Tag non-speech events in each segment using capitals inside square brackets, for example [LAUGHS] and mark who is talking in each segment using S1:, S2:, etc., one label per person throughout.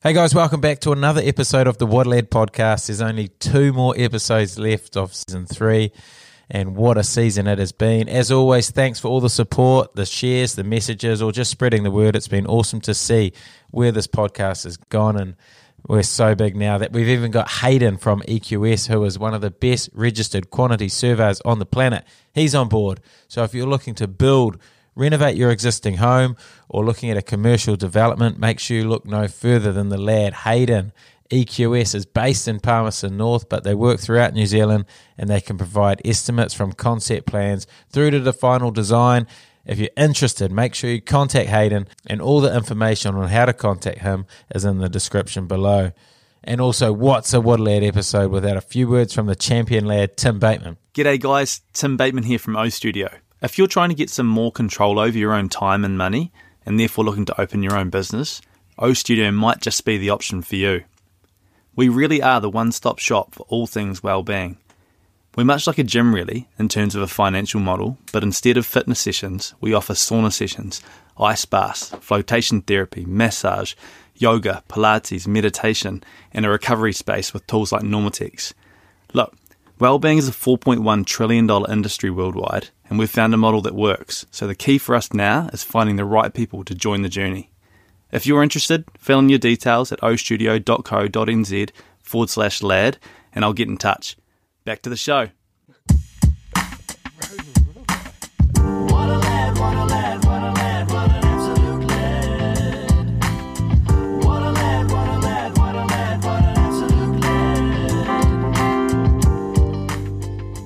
S1: Hey guys, welcome back to another episode of the Waddle Ed podcast. There's only two more episodes left of season three, and what a season it has been. As always, thanks for all the support, the shares, the messages, or just spreading the word. It's been awesome to see where this podcast has gone, and we're so big now that we've even got Hayden from EQS, who is one of the best registered quantity surveyors on the planet. He's on board. So if you're looking to build, renovate your existing home, or looking at a commercial development, make sure you look no further than the lad Hayden. EQS E is based in Palmerston North, but they work throughout New Zealand and they can provide estimates from concept plans through to the final design. If you're interested, make sure you contact Hayden, and all the information on how to contact him is in the description below. And also, what's a Waddle Lad episode without a few words from the champion lad, Tim Bateman?
S2: G'day, guys. Tim Bateman here from O Studio. If you're trying to get some more control over your own time and money, and therefore looking to open your own business, O Studio might just be the option for you. We really are the one stop shop for all things well-being. We're much like a gym, really, in terms of a financial model, but instead of fitness sessions, we offer sauna sessions, ice baths, flotation therapy, massage, yoga, Pilates, meditation, and a recovery space with tools like Normatex. Look, Wellbeing is a $4.1 trillion industry worldwide, and we've found a model that works. So the key for us now is finding the right people to join the journey. If you're interested, fill in your details at ostudio.co.nz forward slash lad, and I'll get in touch. Back to the show.
S3: What a lad, what a lad, what a lad, what an absolute lad. What a lad, what a lad, what a lad, what an absolute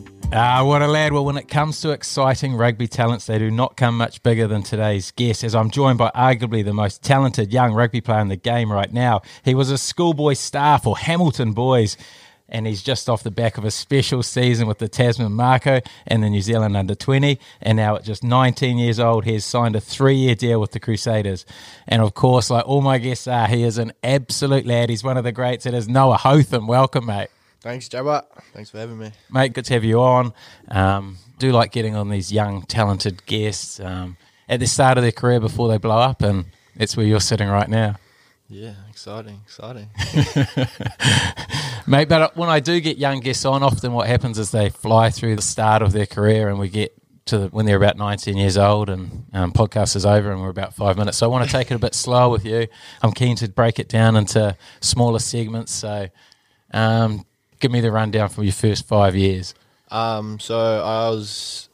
S3: lad.
S1: Ah, what a lad. Well, when it comes to exciting rugby talents, they do not come much bigger than today's guest, as I'm joined by arguably the most talented young rugby player in the game right now. He was a schoolboy star for Hamilton Boys, and he's just off the back of a special season with the Tasman Marco and the New Zealand under 20. And now, at just 19 years old, he has signed a three year deal with the Crusaders. And of course, like all my guests are, he is an absolute lad. He's one of the greats. It is Noah Hotham. Welcome, mate.
S4: Thanks, Jabba. Thanks for having me.
S1: mate. Good to have you on. Um, do like getting on these young, talented guests um, at the start of their career before they blow up, and that's where you're sitting right now,
S4: Yeah, exciting, exciting. [LAUGHS]
S1: mate. But uh, when I do get young guests on, often what happens is they fly through the start of their career, and we get to the, when they're about 19 years old, and um, podcast is over, and we're about five minutes. So I want to take it a bit slow with you. I'm keen to break it down into smaller segments. So. Um, Give me the rundown from your first five years.
S4: um, so I was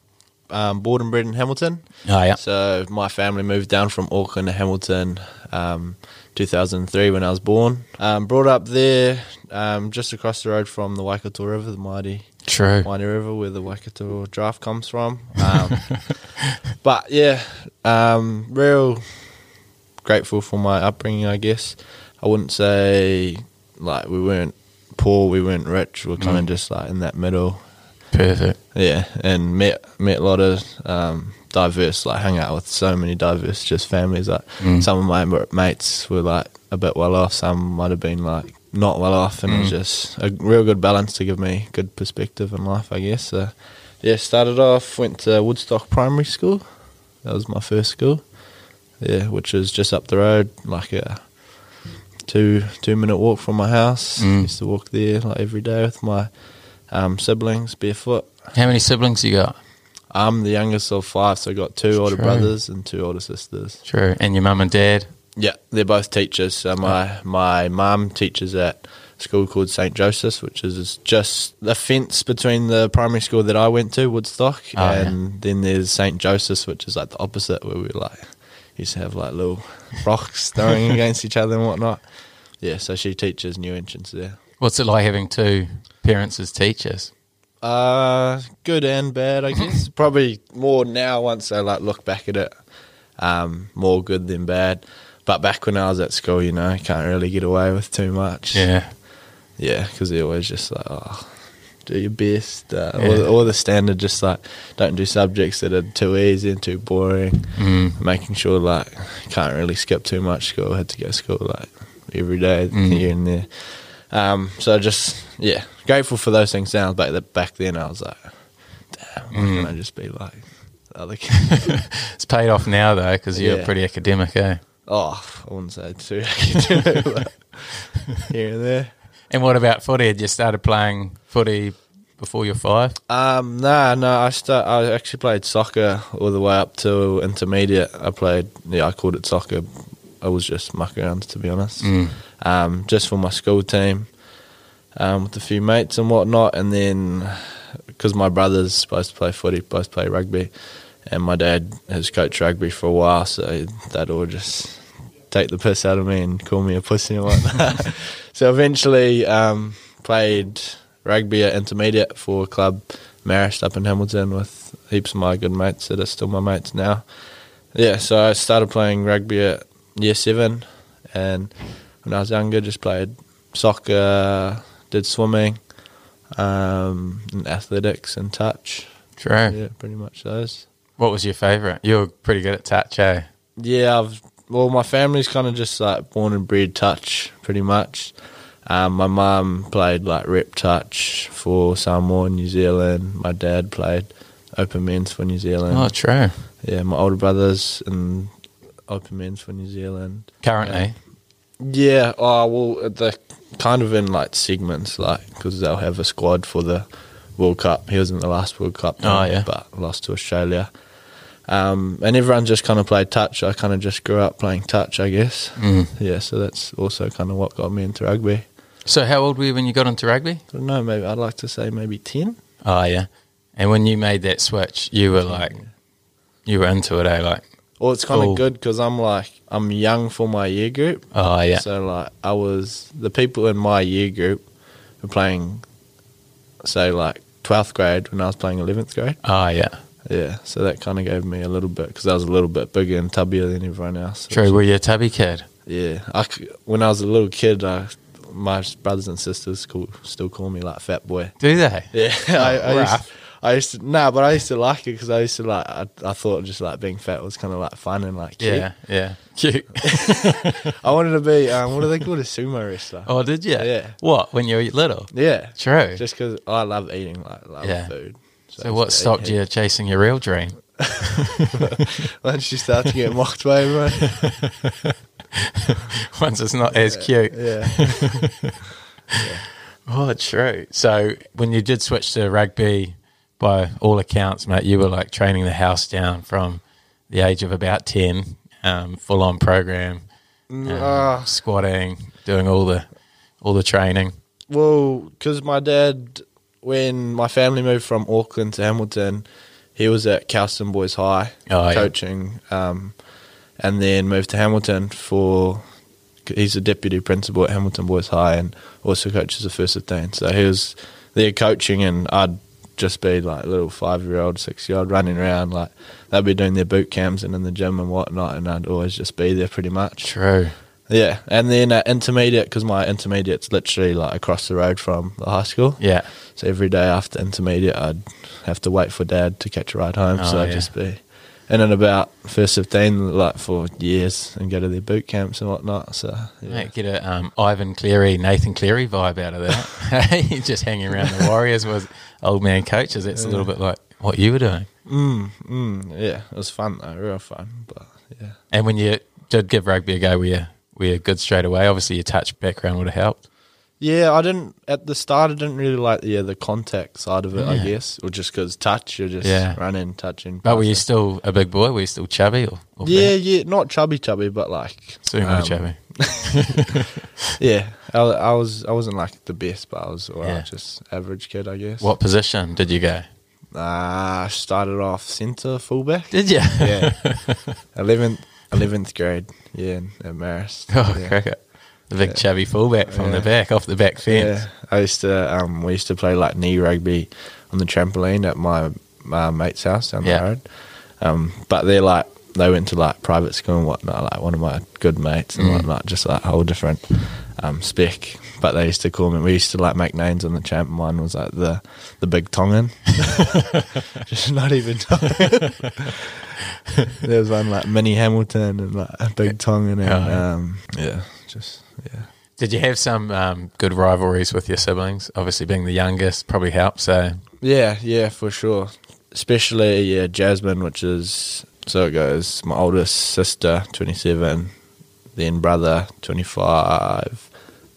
S4: um, born and bred in Hamilton.
S1: Oh, yeah.
S4: So my family moved down from Auckland to Hamilton, um, 2003 when I was born. Um, brought up there, um, just across the road from the Waikato River, the mighty
S1: True.
S4: Wainé River, where the Waikato draft comes from. Um, but yeah, um, real grateful for my upbringing, I guess. I wouldn't say like we weren't poor, we weren't rich. We're kind of just like in that middle.
S1: Perfect.
S4: Yeah, and met met a lot of um, diverse. Like hung out with so many diverse just families. Like some of my m- mates were like a bit well off. Some might have been like not well off, and it was just a real good balance to give me good perspective in life. I guess. So, yeah, started off went to Woodstock Primary School. That was my first school. Yeah, which is just up the road, like a two two minute walk from my house. Used to walk there like every day with my um, siblings barefoot.
S1: How many siblings you got?
S4: I'm the youngest of five, so I got two older
S1: true.
S4: brothers and two older sisters.
S1: True. And your mum and dad?
S4: Yeah, they're both teachers. So my my mum teaches at a school called St Joseph's, which is just the fence between the primary school that I went to, Woodstock,
S1: Oh, yeah.
S4: and then there's St Joseph's, which is like the opposite, where we like used to have like little rocks throwing
S1: [LAUGHS]
S4: against each other and whatnot. Yeah, so she teaches new entrants there.
S1: What's it like having two parents as teachers?
S4: Uh, good and bad, I guess. Probably more now once I like look back at it. Um, more good than bad. But back when I was at school, you know, I can't really get away with too much.
S5: [LAUGHS]
S4: yeah, because they're always just like, oh, do your best. Uh, all,
S1: Yeah.
S4: the, all the standard, just like don't do subjects that are too easy and too boring. Mm. Making sure like can't really skip too much school. Had to go to school like every day here and there. Um, so just yeah, grateful for those things now. But the, back then I was like, damn, why can't I just be like the other kids? [LAUGHS]
S1: It's paid off now, though, because you're
S4: Yeah.
S1: pretty academic, eh?
S4: oh, I wouldn't say too. [LAUGHS] but here and there.
S5: And what about footy? Had you started playing footy before you're five?
S4: Um, nah, no, I start. I actually played soccer all the way up to intermediate. I played. Yeah, I called it soccer. I was just muck around, to be honest. Um, just for my school team, um, with a few mates and whatnot, and then because my brother's supposed to play footy, supposed to play rugby, and my dad has coached rugby for a while, so that all just take the piss out of me and call me a pussy and whatnot. [LAUGHS] so eventually, um, played rugby at intermediate for club Marist up in Hamilton with heaps of my good mates that are still my mates now. Yeah, so I started playing rugby at year seven, and when I was younger, just played soccer, did swimming, um, and athletics and touch.
S5: True.
S4: Yeah, pretty much those.
S5: What was your favourite? You were pretty good at touch, eh?
S4: Yeah, I've well, my family's kind of just like born and bred touch, pretty much. Um, my mum played like rep touch for Samoa, New Zealand. My dad played open men's for New Zealand.
S5: Oh, true.
S4: Yeah, my older brothers and open men's for New Zealand.
S5: Currently,
S4: Yeah, oh, well, they're kind of in like segments, like because they'll have a squad for the World Cup. He was in the last World Cup,
S5: Oh, yeah.
S4: but lost to Australia. Um, and everyone just kind of played touch. I kind of just grew up playing touch, I guess. Mm. Yeah, so that's also kind of what got me into rugby.
S5: so how old were you when you got into rugby?
S4: I don't know, maybe I'd like to say maybe 10.
S5: Oh yeah. And when you made that switch, you were like, you were into it, eh? Like,
S4: Well, it's kind
S5: Cool.
S4: of good because I'm like, I'm young for my year group.
S5: oh yeah,
S4: So like I was the people in my year group were playing say like 12th grade when I was playing 11th grade.
S5: oh yeah.
S4: Yeah, so that kind of gave me a little bit because I was a little bit bigger and tubbier than everyone else.
S5: True. Were you a tubby kid?
S4: Yeah, I c when I was a little kid, I, my brothers and sisters call, still call me like fat boy. [LAUGHS]
S5: Do they?
S4: Yeah, I, I used,
S5: Oh, rough.
S4: I used to nah, but I used to like it because I used to like I, I thought just like being fat was kind of like fun and like cute.
S5: Yeah, yeah. Cute.
S4: I wanted to be um, what do they call it, a sumo wrestler?
S5: Oh, did you?
S4: Yeah.
S5: What? When you were little?
S4: Yeah,
S5: True.
S4: Just because I love eating, like love
S5: Yeah.
S4: food.
S5: so what stopped you chasing your real dream? [LAUGHS]
S4: [LAUGHS] Once you start to get mocked by everyone,
S5: Once it's not as cute.
S4: yeah,
S5: [LAUGHS] Oh, true. So when you did switch to rugby, by all accounts, mate, you were like training the house down from the age of about 10, um, full on program, um,
S4: ah.
S5: squatting, doing all the all the training.
S4: well, because my dad, when my family moved from Auckland to Hamilton, he was at Calston Boys High
S5: Oh, yeah.
S4: coaching, um, and then moved to Hamilton for. He's a deputy principal at Hamilton Boys High and also coaches the first 15. So he was there coaching, and I'd just be like little five year old, six year old running around. Like they'd be doing their boot camps and in the gym and whatnot, and I'd always just be there pretty much.
S5: True.
S4: Yeah, and then at intermediate because my intermediate's literally like across the road from the high school.
S5: Yeah.
S4: So every day after intermediate, I'd have to wait for dad to catch a ride home.
S5: Oh,
S4: so I'd
S5: yeah.
S4: just be in and about first fifteen like for years and go to their boot camps and whatnot. So yeah,
S5: Mate, get a um, Ivan Cleary, Nathan Cleary vibe out of that.
S4: [LAUGHS]
S5: Hey, [LAUGHS] just hanging around the Warriors was old man coaches. It's a little bit like what you were doing.
S4: Mm, yeah, it was fun though, real fun. But yeah,
S5: And when you did give rugby a go, were you, were you good straight away? Obviously, your touch background would have helped.
S4: yeah, I didn't at the start. I didn't really like yeah the contact side of it. I
S5: Yeah.
S4: guess, or just because touch, you're just
S5: Yeah.
S4: running, touching.
S5: But were you
S4: passing.
S5: still a big boy? Were you still chubby? Or, or
S4: Yeah, yeah, not chubby, chubby, but like
S5: fat? Sumo
S4: um,
S5: chubby.
S4: Yeah, I, I was I wasn't like the best, but I was alright,
S5: Yeah.
S4: just average kid, I guess.
S5: What position did you go?
S4: Uh, I started off centre fullback.
S5: Did [LAUGHS] you?
S4: Yeah, [LAUGHS] eleventh eleventh grade. Yeah, in- at Marist.
S5: oh,
S4: yeah.
S5: cricket. The big chubby fullback from the back, off the back fence.
S4: Yeah, I used to um we used to play like knee rugby on the trampoline at my my mate's house down
S5: Yeah.
S4: the road. Um, but they're like they went to like private school and whatnot. Like one of my good mates and whatnot, just like whole different um spec. But they used to call me. We used to like make names on the champ. Mine was like the the big Tongan. just not even. Tongan. [LAUGHS] there was one like mini Hamilton and like a big Tongan and
S5: Oh, yeah.
S4: um yeah, just yeah.
S5: Did you have some um, good rivalries with your siblings? Obviously, being the youngest probably helped. So,
S4: Yeah, yeah, for sure. Especially yeah, Jasmine, which is so it goes. My oldest sister, twenty seven, then brother, twenty five,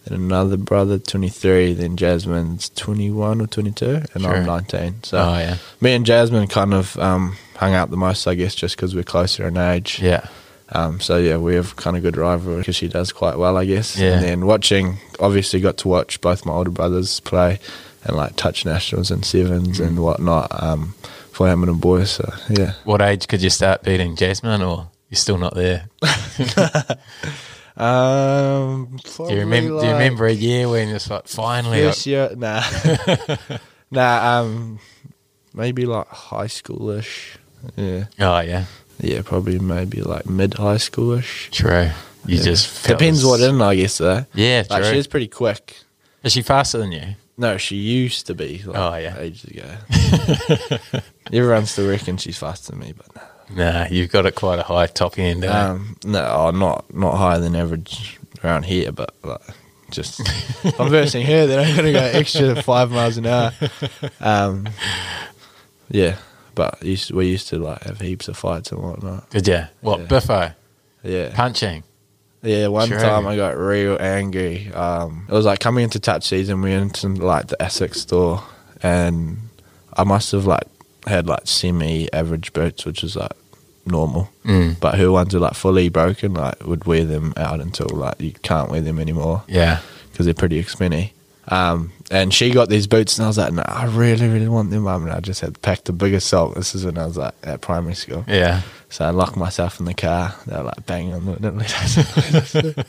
S4: Then another brother, 23. Then Jasmine's 21 or 22, and
S5: Sure.
S4: I'm 19. So
S5: Oh, yeah.
S4: me and Jasmine kind of um, hung out the most, I guess, just because we're closer in age.
S5: Yeah.
S4: Um, so yeah, we have kind of good rivalry because she does quite well, I guess.
S5: Yeah.
S4: And then watching, obviously, got to watch both my older brothers play, and like touch nationals and sevens
S5: Mm.
S4: and whatnot um, for Hamilton boys. So yeah,
S5: What age could you start beating Jasmine, or you're still not there?
S4: um,
S5: Do you remember? do you remember a year when it's like finally?
S4: Yes,
S5: like-
S4: yeah,
S5: [LAUGHS]
S4: nah, nah. Um, maybe like high schoolish. Yeah,
S5: oh yeah,
S4: yeah, probably maybe like mid high schoolish.
S5: true. You
S4: Yeah.
S5: just felt
S4: depends
S5: this-
S4: what in, I guess. Though,
S5: Yeah,
S4: like
S5: true.
S4: she's pretty quick.
S5: Is she faster than you?
S4: No, she used to be. Like,
S5: Oh, yeah.
S4: ages ago. [LAUGHS] Everyone still reckons she's faster than me, but no.
S5: Nah, you've got it quite a high top end. eh?
S4: um, no, oh, not not higher than average around here. But like,
S5: [LAUGHS]
S4: just if I'm versing her, then I'm gonna go extra five miles an hour. Um, yeah, but used we used to like have heaps of fights and whatnot.
S5: Did you? What
S4: yeah.
S5: biffo
S4: Yeah,
S5: punching?
S4: Yeah, one
S5: Sure.
S4: time I got real angry. Um, it was like coming into touch season. We went into like the Essex store, and I must have like had like semi-average boots, which is like normal.
S5: Mm.
S4: But her ones are like fully broken. Like would wear them out until like you can't wear them anymore
S5: Yeah.
S4: because they're pretty expensive. Um, and she got these boots, and I was like, "No, I really, really want them, mum." And I just had packed a bigger sock. This is when I was like at primary school.
S5: Yeah.
S4: So I locked myself in the car. They were like banging on the window. let us- let us- [LAUGHS] and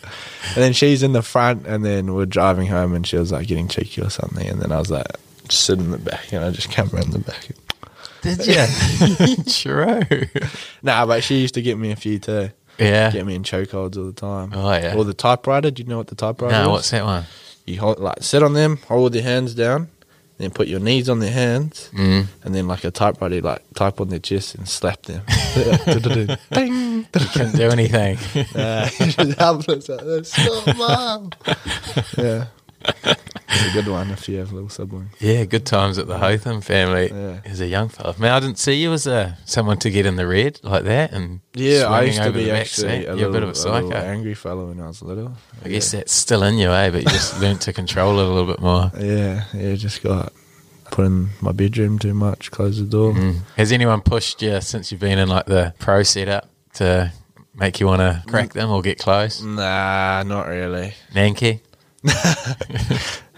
S4: then she's in the front, and then we're driving home, and she was like getting cheeky or something. And then I was like, just sit in the back, and I just came around the back.
S5: Did
S4: [LAUGHS]
S5: you? [LAUGHS] true.
S4: Nah, but she used to get me a few too.
S5: Yeah.
S4: Get me in chokeholds all the time.
S5: Oh, yeah.
S4: Or the typewriter. Do you know what the typewriter is?
S5: no, what's that one?
S4: You hold, like sit on them, hold their hands down, then put your knees on their hands,
S5: Mm.
S4: and then like a typewriter, like type on their chest and slap
S5: [LAUGHS]
S4: them. [LAUGHS] Ding.
S5: Couldn't do anything.
S4: [LAUGHS] Yeah, just helpless like this. Stop, mom. yeah, it's a good one if you have little siblings.
S5: yeah, good times at the Hotham family
S4: Yeah.
S5: as a young fella. Man, I didn't see you as a someone to get in the red like that and
S4: Yeah, I
S5: swinging
S4: used to
S5: over
S4: be
S5: the back
S4: actually a,
S5: seat. You're
S4: little,
S5: a bit of a psycho.
S4: angry fellow when I was little.
S5: I guess that's still in you, eh? But
S4: [LAUGHS]
S5: you just learnt to control it a little bit more.
S4: Yeah, yeah, just got put in my bedroom too much, close the door.
S5: Mm. Has anyone pushed you since you've been in like the pro setup to make you want to
S4: Mm.
S5: crack them or get close?
S4: Nah, not really.
S5: Nanky?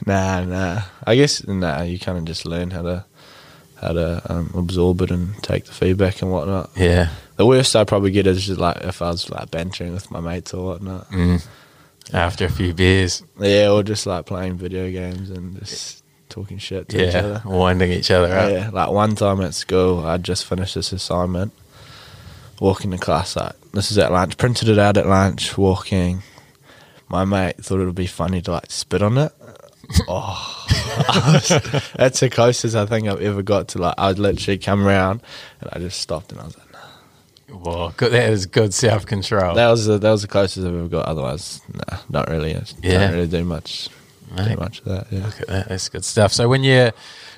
S4: Nah, nah. I guess nah. You kind of just learn how to how to um, absorb it and take the feedback and whatnot.
S5: Yeah.
S4: The worst I probably get is just like if I was like bantering with my mates or whatnot.
S5: Mm. After a few beers,
S4: Yeah, or just like playing video games and just talking shit to each
S5: yeah,
S4: other.
S5: winding each other up.
S4: Yeah, like one time at school, I just finished this assignment, walking to class. Like this is at lunch, printed it out at lunch, walking. My mate thought it would be funny to like spit on
S5: [LAUGHS]
S4: it. Oh, that's the closest I think I've ever got to like. I would literally come around and I just stopped and I was like, nah.
S5: Well, good, that is good self control.
S4: that was the, that was the closest I've ever got. Otherwise, nah, not really. I
S5: Yeah.
S4: don't really do much, do
S5: Mate.
S4: much of that. Yeah.
S5: Look at that. That's good stuff. So when you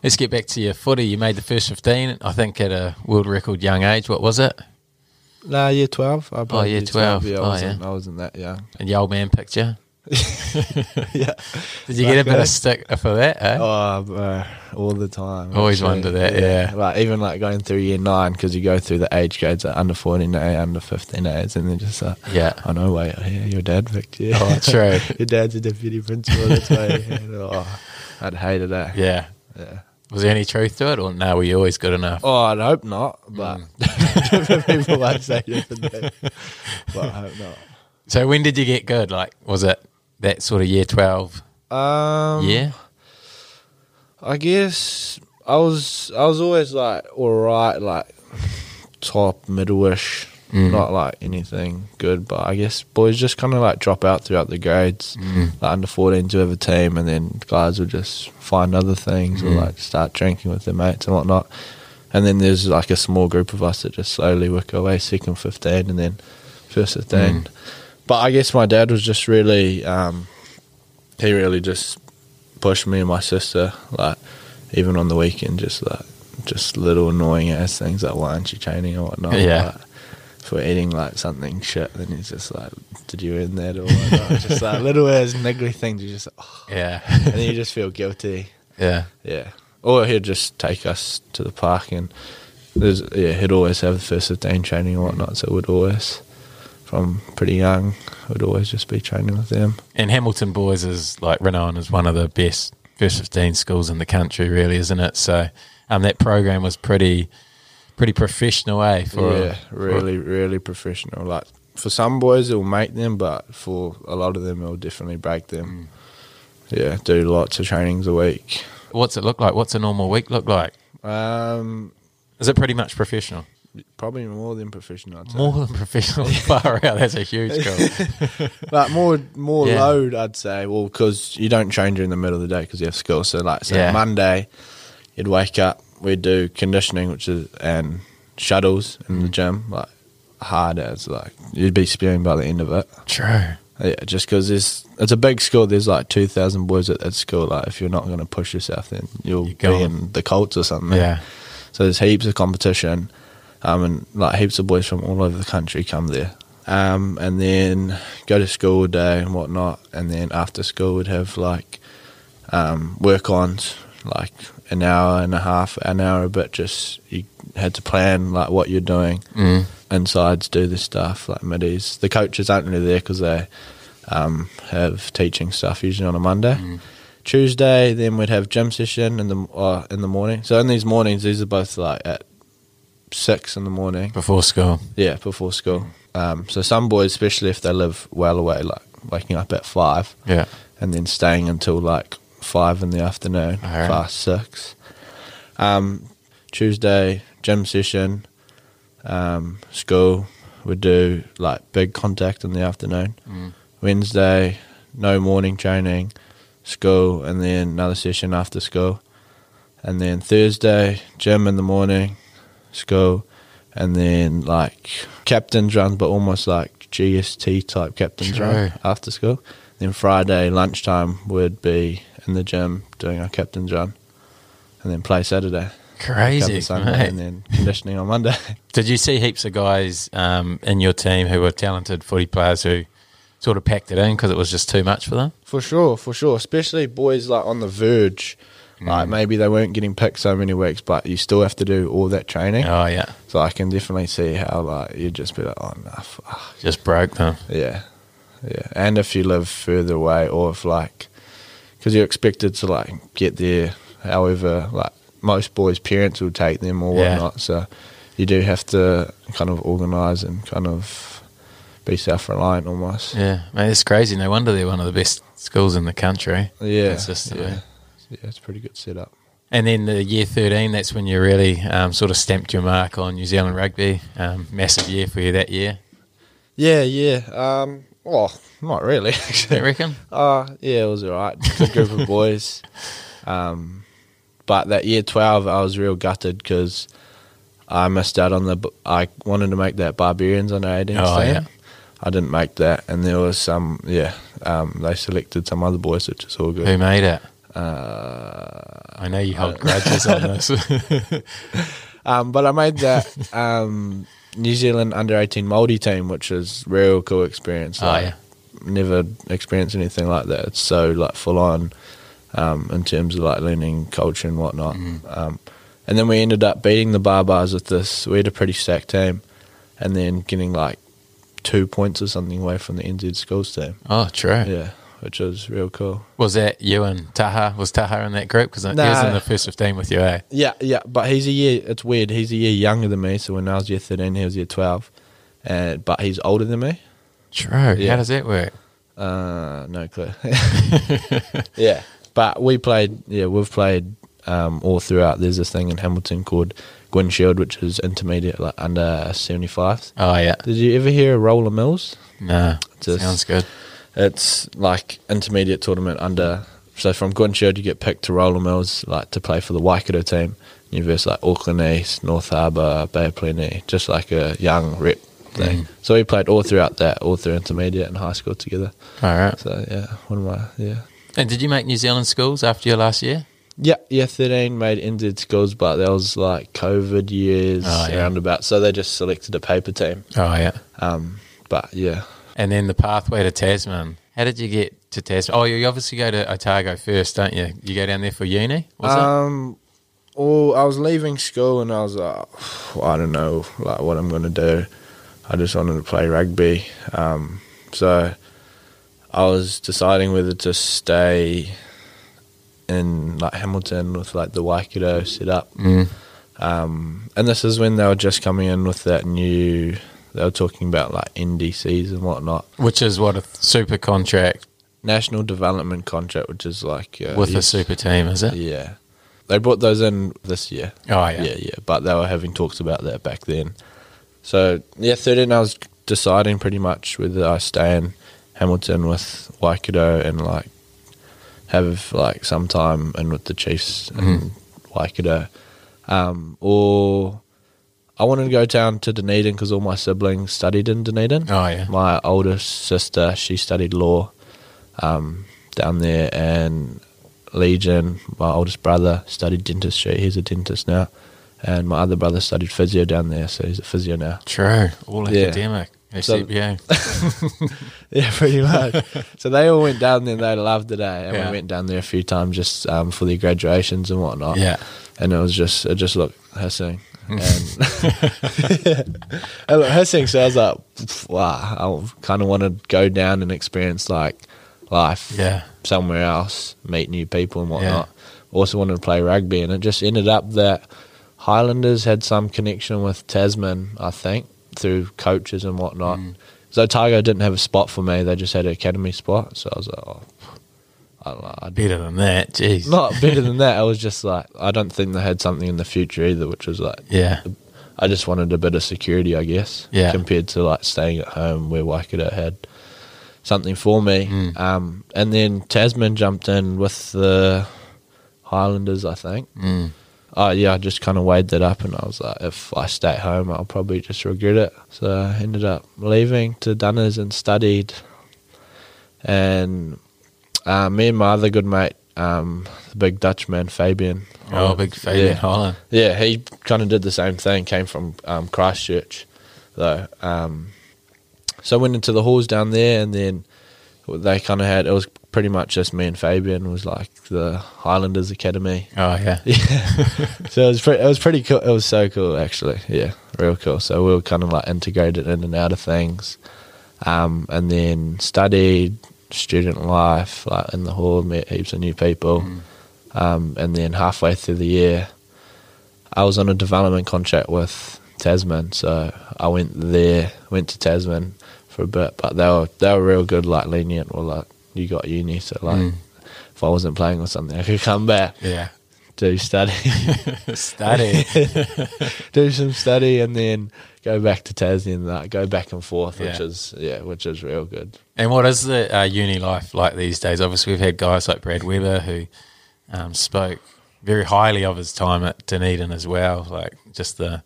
S5: let's get back to your footy, you made the first fifteen, I think at a world record young age. What was it?
S4: Nah, year twelve. I played
S5: Oh, year 12.
S4: Yeah, I
S5: Oh,
S4: wasn't, I wasn't that young.
S5: And the old man picked you.
S4: [LAUGHS] yeah.
S5: Did you get a bit
S4: Okay.
S5: of stick for that? Eh?
S4: Oh, bro, all the time.
S5: Always wonder that, yeah.
S4: Like even like going through year nine because you go through the age grades like under fourteen A, under fifteen A's, and then just like,
S5: Yeah.
S4: I know. Wait, oh, yeah, your dad picked you. [LAUGHS]
S5: Oh, true.
S4: your dad's a deputy principal. That's why.
S5: [LAUGHS]
S4: you had- oh, I'd hate it. eh?
S5: Yeah.
S4: Yeah.
S5: Was there any truth to it, or no? Were you always good enough?
S4: Oh, I'd hope not, but
S5: Mm.
S4: different [LAUGHS] people might say different things. But I hope not.
S5: So when did you get good? Like, was it that sort of year twelve?
S4: Um,
S5: yeah.
S4: I guess I was I was always like all right, like top middle-ish, not like anything good. But I guess boys just kind of like drop out throughout the grades, like under 14s who have a team, and then guys will just find other things or like start drinking with their mates and whatnot. And then there's like a small group of us that just slowly work our way second 15 and then first 15. But I guess my dad was just really, um, he really just pushed me and my sister, like even on the weekend, just like just little annoying ass things like why aren't you training or whatnot.
S5: Yeah.
S4: Like, we're eating like something shit, then he's just like, "Did you earn that?" Or whatnot. just like little ass niggly things. You just, oh. and
S5: Yeah. [LAUGHS]
S4: then you just feel guilty.
S5: yeah.
S4: Yeah. Or he'd just take us to the park and there's yeah, he'd always have the first fifteen training and whatnot, so we'd always from pretty young, would always just be training with them.
S5: And Hamilton Boys is like renowned as one of the best first 15 schools in the country, really, isn't it? So um, that program was pretty pretty professional, eh? For
S4: yeah, really, really professional. Like for some boys it'll make them but for a lot of them it'll definitely break them. Yeah, do lots of trainings a week.
S5: what's it look like? What's a normal week look like?
S4: Um
S5: Is it pretty much professional?
S4: probably more than professional I'd say.
S5: More than [LAUGHS] professional. Far out. That's a huge goal.
S4: like more more
S5: Yeah.
S4: load i'd say well because you don't train during the middle of the day because you have school so like so
S5: Yeah.
S4: monday you'd wake up we'd do conditioning which is and shuttles in
S5: Mm.
S4: the gym like hard as like you'd be spewing by the end of it
S5: [LAUGHS] True.
S4: yeah just because there's it's a big school there's like 2000 boys at that school like if you're not going to push yourself then you'll
S5: You're
S4: be
S5: gone.
S4: in the colts or something
S5: Yeah.
S4: so there's heaps of competition, um, and like heaps of boys from all over the country come there. Um, and then go to school all day and whatnot. And then after school, we'd have like um, work ons, like an hour and a half, an hour a bit. Just you had to plan like what you're doing. Mm. Insides do this stuff like middies. The coaches aren't really there because they um, have teaching stuff usually on a Monday. Tuesday, then we'd have gym session in the uh, in the morning. So in these mornings, these are both like at six in the morning.
S5: Before school.
S4: Yeah, before school. Um, so some boys, especially if they live well away, like waking up at five
S5: Yeah.
S4: and then staying until like five in the afternoon,
S5: Alright.
S4: past six. Um, Tuesday gym session, um, school. We do like big contact in the afternoon. Wednesday, no morning training, school, and then another session after school. And then Thursday, gym in the morning, school, and then like captain's run, but almost like GST type captain's run
S5: True.
S4: after school. Then Friday lunchtime would be in the gym doing our captain's run, and then play Saturday, come
S5: Crazy.
S4: Sunday,
S5: mate.
S4: and then conditioning on Monday. [LAUGHS]
S5: Did you see heaps of guys um, in your team who were talented footy players who sort of packed it in because it was just too much for them?
S4: For sure, for sure. Especially boys like on the verge. Like
S5: Mm.
S4: maybe they weren't getting picked so many weeks, but you still have to do all that training.
S5: Oh yeah,
S4: So I can definitely see how like you'd just be like, oh no, fuck.
S5: just broke them.
S4: yeah, yeah. And if you live further away, or if like, because you're expected to like get there, however, like most boys' parents will take them or
S5: Yeah.
S4: whatnot. So you do have to kind of organise and kind of be self-reliant almost.
S5: Yeah, mate, it's crazy. No wonder they're one of the best schools in the country.
S4: Yeah,
S5: It's just, uh,
S4: yeah, yeah. It's a pretty good setup.
S5: And then the year thirteen, that's when you really um, sort of stamped your mark on New Zealand rugby. Um, massive year for you that
S4: [LAUGHS]
S5: year,
S4: Yeah, yeah. Um, well, not really. [LAUGHS]
S5: do you reckon?
S4: Uh, yeah, it was alright. Just a
S5: [LAUGHS]
S4: group of boys. Um, but that year twelve, I was real gutted because I missed out on the. b- I wanted to make that barbarians under eighteen.
S5: Oh,
S4: team.
S5: yeah.
S4: I didn't make that, and there was some. Yeah, um, they selected some other boys, which is all
S5: Who
S4: good.
S5: made it?
S4: Uh,
S5: I know you hold
S4: [LAUGHS]
S5: grudges on this. [LAUGHS]
S4: um, but I made that um, New Zealand under eighteen Maori team, which is real cool experience.
S5: oh
S4: like,
S5: yeah,
S4: never experienced anything like that. It's so like full on um, in terms of like learning culture and whatnot. Um, and then we ended up beating the Bar Bars with this. We had a pretty stacked team, and then getting like two points or something away from the NZ schools team.
S5: oh true.
S4: Yeah, which was real cool.
S5: Was that you and Taha? Was Taha in that group? Because he was
S4: Nah.
S5: in the first fifteen with you, eh?
S4: Yeah, yeah, but he's a year. It's weird. He's a year younger than me. So when I was year thirteen, he was year twelve. Uh, but he's older than me.
S5: True. How
S4: Yeah.
S5: does that work?
S4: Uh, no clue. [LAUGHS] yeah, but we played. Yeah, we've played um, all throughout. There's this thing in Hamilton called Gwyn Shield, which is intermediate, like under 75s.
S5: Oh yeah,
S4: Did you ever hear of Roller Mills?
S5: no,
S4: Just-
S5: sounds good.
S4: It's like intermediate tournament under. So from Gwyn Shield, you get picked to Roller Mills, like to play for the Waikato team. You verse like Auckland East, North Harbour, Bay of Plenty, just like a young rep
S5: Mm.
S4: thing. So we played all throughout that, all through intermediate and high school together.
S5: All right.
S4: So yeah, one of my yeah.
S5: And did you make New Zealand schools after your last year?
S4: Yeah, yeah, 13 made NZ schools, but there was like COVID years
S5: Oh, yeah.
S4: around about. So they just selected a paper team.
S5: Oh yeah.
S4: Um, but yeah,
S5: And then the pathway to Tasman. How did you get to Tasman? Oh, you obviously go to Otago first, don't you? You go down there for uni, was it?
S4: um, well, I was leaving school and I was like, "Phew, I don't know, like what I'm gonna do. I just wanted to play rugby. Um, so I was deciding whether to stay in like Hamilton with like the Waikato set up.
S5: Mm.
S4: Um, and this is when they were just coming in with that new. They were talking about like NDCs and whatnot,
S5: Which is what a th- super contract
S4: national development contract, which is like uh,
S5: with a
S4: yes-
S5: super team, is it?
S4: Yeah, they brought those in this year.
S5: Oh yeah.
S4: Yeah. yeah, But they were having talks about that back then. So yeah, thirteen. I was deciding pretty much whether I stay in Hamilton with Waikato and like have like some time in with the Chiefs and
S5: Mm-hmm.
S4: Waikato, um, or I wanted to go down to Dunedin because all my siblings studied in Dunedin.
S5: Oh yeah.
S4: My older sister, she studied law um, down there, and Legion, my oldest brother, studied dentistry. He's a dentist now, and my other brother studied physio down there, so he's a physio now.
S5: True. All
S4: Yeah.
S5: academic.
S4: So- [LAUGHS]
S5: Except you.
S4: Yeah, pretty much. so they all went down there, and they loved it, eh? And
S5: Yeah.
S4: we went down there a few times just um, for their graduations and whatnot.
S5: Yeah.
S4: and it was just it just looked hissing.
S5: [LAUGHS]
S4: and [LAUGHS] it looked hissing, so I was like, wow, I kind of want to go down and experience like life
S5: Yeah.
S4: somewhere else, meet new people and whatnot. Also wanted to play rugby, and it just ended up that Highlanders had some connection with Tasman, I think, through coaches and whatnot. So Otago didn't have a spot for me; they just had an academy spot. So I was like, oh, I don't know. I'd
S5: Better than that. Jeez.
S4: not better than that. I was just like, I don't think they had something in the future either, which was like,
S5: yeah.
S4: I just wanted a bit of security, I guess,
S5: Yeah.
S4: compared to like staying at home where Waikato had something for me. Um, and then Tasman jumped in with the Highlanders, I think.
S5: Mm.
S4: Oh, yeah, I just kind of weighed that up and I was like, if I stay at home, I'll probably just regret it. So I ended up leaving to Dunners and studied. And uh, me and my other good mate, um, the big Dutchman, Fabian.
S5: Oh, big Fabian
S4: Yeah.
S5: Holland.
S4: Yeah, he kind of did the same thing. Came from um, Christchurch, though. Um, so went into the halls down there, and then they kind of had it was pretty much just me and Fabian was like the Highlanders Academy.
S5: Oh yeah.
S4: Yeah, so it was pretty, it was pretty cool. It was so cool, actually. Yeah, real cool. So we were kind of like integrated in and out of things, um, and then studied student life like in the hall, met heaps of new people, um, and then halfway through the year, I was on a development contract with Tasman, so I went there, went to Tasman for a bit, but they were they were real good, like lenient, or like you got uni, so like. If I wasn't playing or something, I could come back
S5: Yeah. [LAUGHS]
S4: do study, [LAUGHS]
S5: Study.
S4: do some study, and then go back to Tasmania. and that go back and forth, which
S5: Yeah.
S4: is yeah, which is real good.
S5: And what is the uh, uni life like these days? Obviously, we've had guys like Brad Weber who um, spoke very highly of his time at Dunedin as well, like just the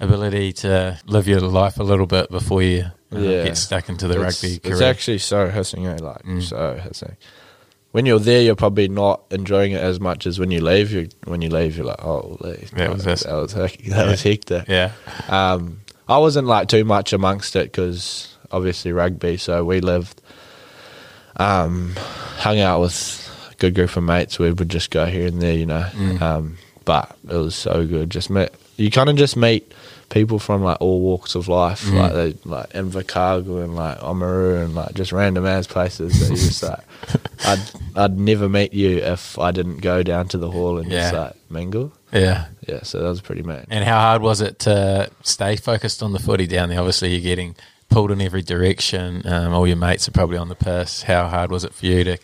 S5: ability to live your life a little bit before you uh,
S4: Yeah.
S5: get stuck into the
S4: it's,
S5: rugby
S4: it's
S5: career. Mm.
S4: actually so hissing, eh? like so hissing. When you're there, you're probably not enjoying it as much as when you leave. You when you leave, you're like, oh,
S5: That was us.
S4: that was hec- that was hectic.
S5: yeah,
S4: Um, I wasn't like too much amongst it because obviously rugby. So we lived, um, hung out with a good group of mates. We would just go here and there, you know. Um, but it was so good. Just met you kind of just meet people from like all walks of life, like they, like Invercargill and like Oamaru and like just random ass places that you just like. I'd I'd never meet you if I didn't go down to the hall and just
S5: Yeah.
S4: like mingle.
S5: yeah.
S4: Yeah, so that was pretty mad.
S5: And how hard was it to stay focused on the footy down there? Obviously, you're getting pulled in every direction. Um, all your mates are probably on the piss. How hard was it for you to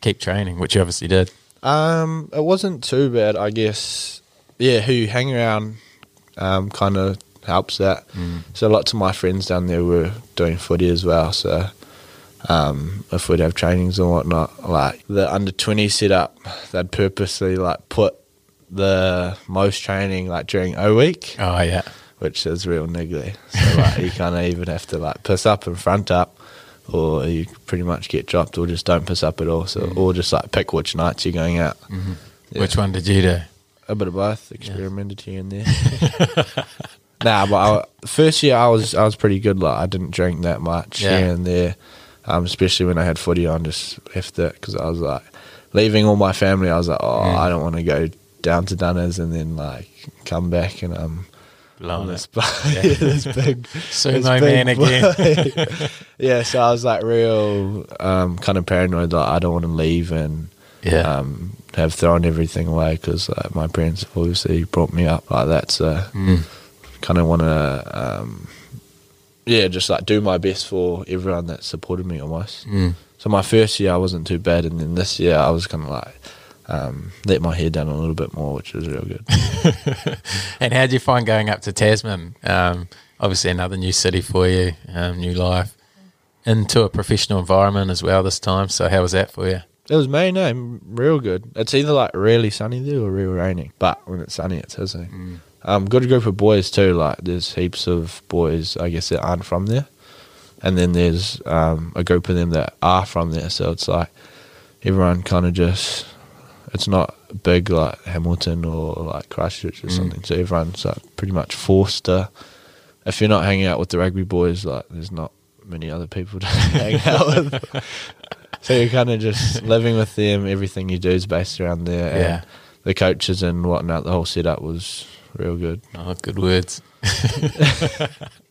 S5: keep training, which you obviously did?
S4: Um, it wasn't too bad, I guess. Yeah, who you hang around um, kind of helps that. So lots of my friends down there were doing footy as well. So um, if we'd have trainings and whatnot, like the under twenty setup, they'd purposely like put the most training like during O week,
S5: Oh yeah,
S4: which is real niggly. So like you kind of even have to like piss up and front up. Or you pretty much get dropped, or just don't piss up at all. So, or just like pick which nights you're going out.
S5: Which one did you do?
S4: a bit of both, experimented here and there. nah, but I, the first year I was I was pretty good. Like I didn't drink that much
S5: Yeah.
S4: here and there, um, especially when I had footy on. Just left it because I was like leaving all my family. I was like, oh, I don't want to go down to Dunners and then like come back and um on
S5: Blowing
S4: this, [LAUGHS]
S5: it.
S4: yeah. this big
S5: Sumo
S4: this
S5: man again.
S4: again. yeah, so I was like real um, kind of paranoid. Like I don't want to leave and
S5: Yeah.
S4: um, have thrown everything away because like, my parents have obviously brought me up like that. So kind of want to, um, yeah, just like do my best for everyone that supported me almost. Mm. So my first year I wasn't too bad, and then this year I was kind of like um, let my hair down a little bit more, which was real good.
S5: and how would you find going up to Tasman? Um, obviously, another new city for you, um, new life, into a professional environment as well this time. So, how was that for you?
S4: It was May, no, m- real good. It's either like really sunny there or real raining. But when it's sunny, it's isn't. Um, good group of boys too. Like there's heaps of boys, I guess that aren't from there, and then there's um, a group of them that are from there. So it's like everyone kind of just. It's not big like Hamilton or like Christchurch or something. So everyone's like pretty much forced to. If you're not hanging out with the rugby boys, like there's not many other people to [LAUGHS] hang out with. So you're kind of just living with them. Everything you do is based around there. and
S5: Yeah.
S4: The coaches and whatnot, the whole setup was real good.
S5: Oh, good words. [LAUGHS]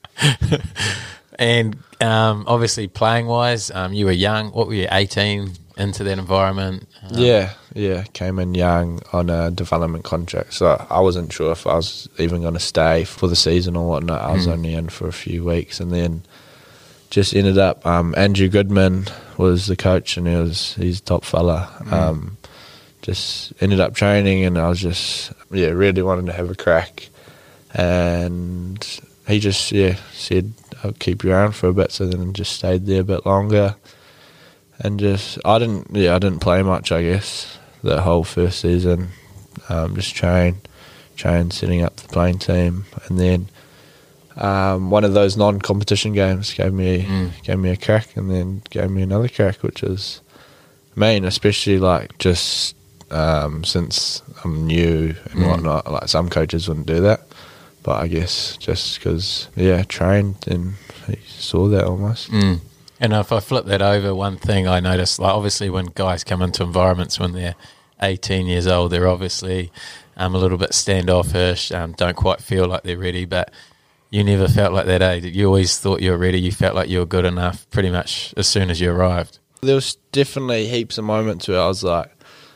S5: and um, obviously, playing wise, um, you were young. What were you, 18 into that environment? Um,
S4: yeah, yeah. Came in young on a development contract. So I wasn't sure if I was even going to stay for the season or whatnot. I was only in for a few weeks and then just ended up. Um, Andrew Goodman was the coach and he was he's a top fella. Um, just ended up training and I was just, yeah, really wanted to have a crack. And he just, yeah, said, I'll keep you around for a bit. So then I just stayed there a bit longer. and just I didn't yeah I didn't play much I guess the whole first season um, just train train setting up the playing team and then um, one of those non-competition games gave me gave me a crack and then gave me another crack which is main especially like just um, since I'm new and whatnot like some coaches wouldn't do that but I guess just because yeah trained and he saw that almost
S5: And if I flip that over, one thing I noticed, like obviously when guys come into environments when they're 18 years old, they're obviously um, a little bit standoffish, um, don't quite feel like they're ready, but you never felt like that, eh? You always thought you were ready. You felt like you were good enough pretty much as soon as you arrived.
S4: There was definitely heaps of moments where I was like,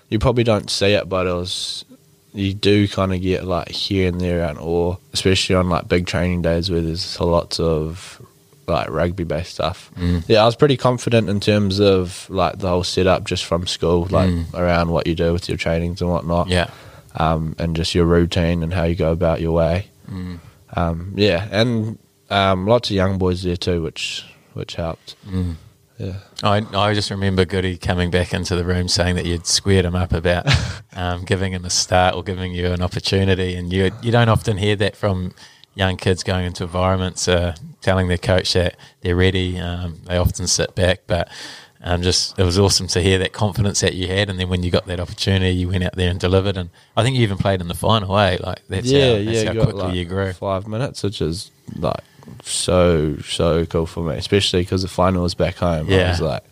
S4: you probably don't see it, but it was, you do kind of get like here and there and awe, especially on like big training days where there's lots of like rugby based stuff. Yeah, I was pretty confident in terms of like the whole setup just from school, like around what you do with your trainings and whatnot
S5: Yeah.
S4: um, and just your routine and how you go about your way. Um, yeah, and um, lots of young boys there too, which which helped. Yeah.
S5: I, I just remember Goody coming back into the room saying that you'd squared him
S4: [LAUGHS]
S5: up about um, giving him a start or giving you an opportunity, and you you don't often hear that from young kids going into environments uh, telling their coach that they're ready. Um, they often sit back, but um, just it was awesome to hear that confidence that you had, and then when you got that opportunity, you went out there and delivered. And I think you even played in the final, eh? Like that's how, that's
S4: you
S5: how
S4: got,
S5: quickly
S4: like,
S5: you grew.
S4: Five minutes, which is like so so cool for me, especially because the final was back home. I
S5: Yeah.
S4: was like,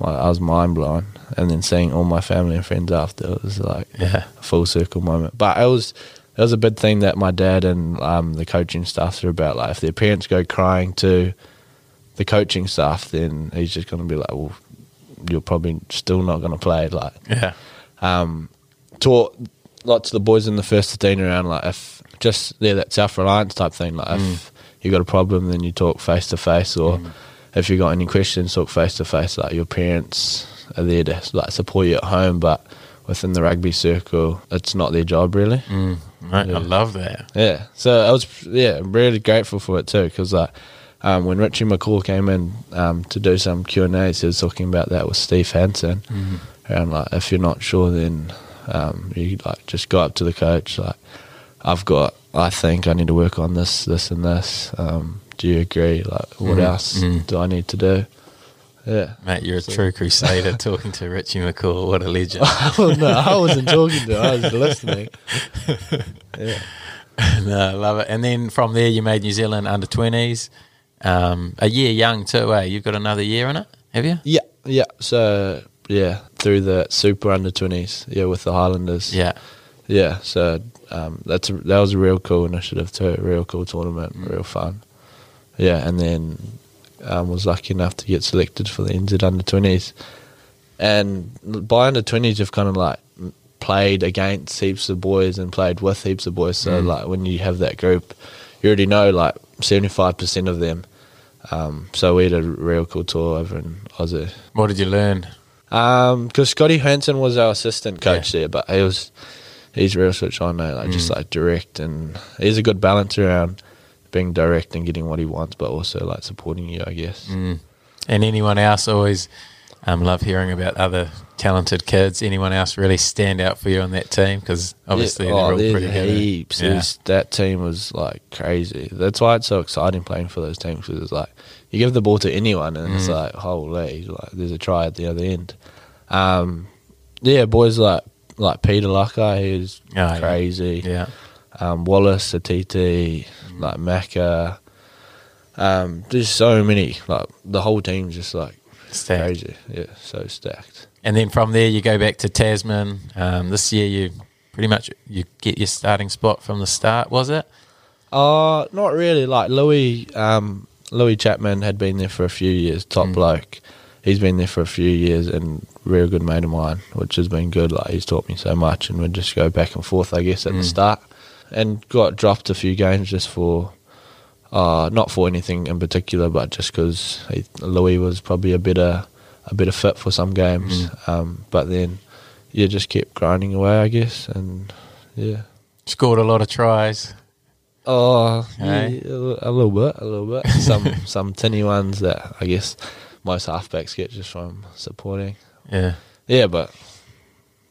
S4: my, I was mind blown, and then seeing all my family and friends after it was like
S5: Yeah.
S4: a full circle moment. But it was it was a big thing that my dad and um, the coaching staff are about. Like if their parents go crying to the coaching staff, then he's just going to be like, well, you're probably still not going to play. Like
S5: Yeah,
S4: taught lots of the boys in the first 15 around like if just yeah that self-reliance type thing like if you got a problem then you talk face to face or if you got any questions talk face to face like your parents are there to like support you at home but within the rugby circle it's not their job really
S5: Mate, I love that.
S4: yeah. So I was yeah really grateful for it too because like um, when Richie McCall came in um, to do some Q and A's, he was talking about that with Steve Hansen, and like if you're not sure, then um, you like just go up to the coach like I've got I think I need to work on Mm-hmm. this this and this. Um, do you agree? Like what else do I need to do? Yeah.
S5: Mate, you're a true crusader talking to Richie McCaw. What a legend.
S4: [LAUGHS] [LAUGHS] well, no, I wasn't talking to. I [LAUGHS] was listening.
S5: no, I Uh, love it. And then from there, you made New Zealand under 20s. Um, a year young, too, eh? You've got another year in it, have you?
S4: Yeah, yeah. So yeah, through the Super Under Twenties, yeah, with the Highlanders.
S5: Yeah.
S4: yeah. So um, that's a, that was a real cool initiative too. A real cool tournament, real fun. Yeah, and then um, was lucky enough to get selected for the NZ Under Twenties, and by Under Twenties, you've kind of like m- played against heaps of boys and played with heaps of boys. So like when you have that group, you already know like seventy five percent of them. Um, so we had a real cool tour over in Aussie.
S5: What did you learn?
S4: Um, because Scotty Hansen was our assistant coach there, but he was he's real switch on though, like
S5: Mm.
S4: just like direct and he's a good balance around being direct and getting what he wants, but also like supporting you, I guess.
S5: Mm. And anyone else always um, love hearing about other talented kids. Anyone else really stand out for you on that team? Because obviously
S4: Yeah,
S5: they're
S4: oh,
S5: all
S4: there's
S5: pretty good.
S4: heaps.
S5: Yeah.
S4: There's- That team was like crazy. That's why it's so exciting playing for those teams because it's like you give the ball to anyone and
S5: Mm.
S4: it's like holy, like there's a try at the other end. Um, yeah, boys like like Peter Lucker, he's
S5: Oh, yeah.
S4: crazy.
S5: Yeah.
S4: um, Wallace, Atiti, like Maka. Um, there's so many. Like the whole team's just like
S5: Stacked.
S4: crazy. Yeah, so stacked.
S5: And then from there, you go back to Tasman. Um, this year, you pretty much you get your starting spot from the start, was it?
S4: Uh not really. Like Louis, um, Louis Chapman had been there for a few years. Top bloke. He's been there for a few years and real good mate of mine, which has been good. Like he's taught me so much, and we just go back and forth, I guess, at the start, and got dropped a few games just for uh, not for anything in particular, but just because Louis was probably a better a better fit for some games. Um, but then you just kept grinding away, I guess, and yeah.
S5: Scored a lot of tries.
S4: Oh,
S5: Hey?
S4: yeah, a li- a little bit, a little
S5: [LAUGHS]
S4: bit. Some some tinny ones that I guess most halfbacks get just from supporting.
S5: Yeah.
S4: Yeah, but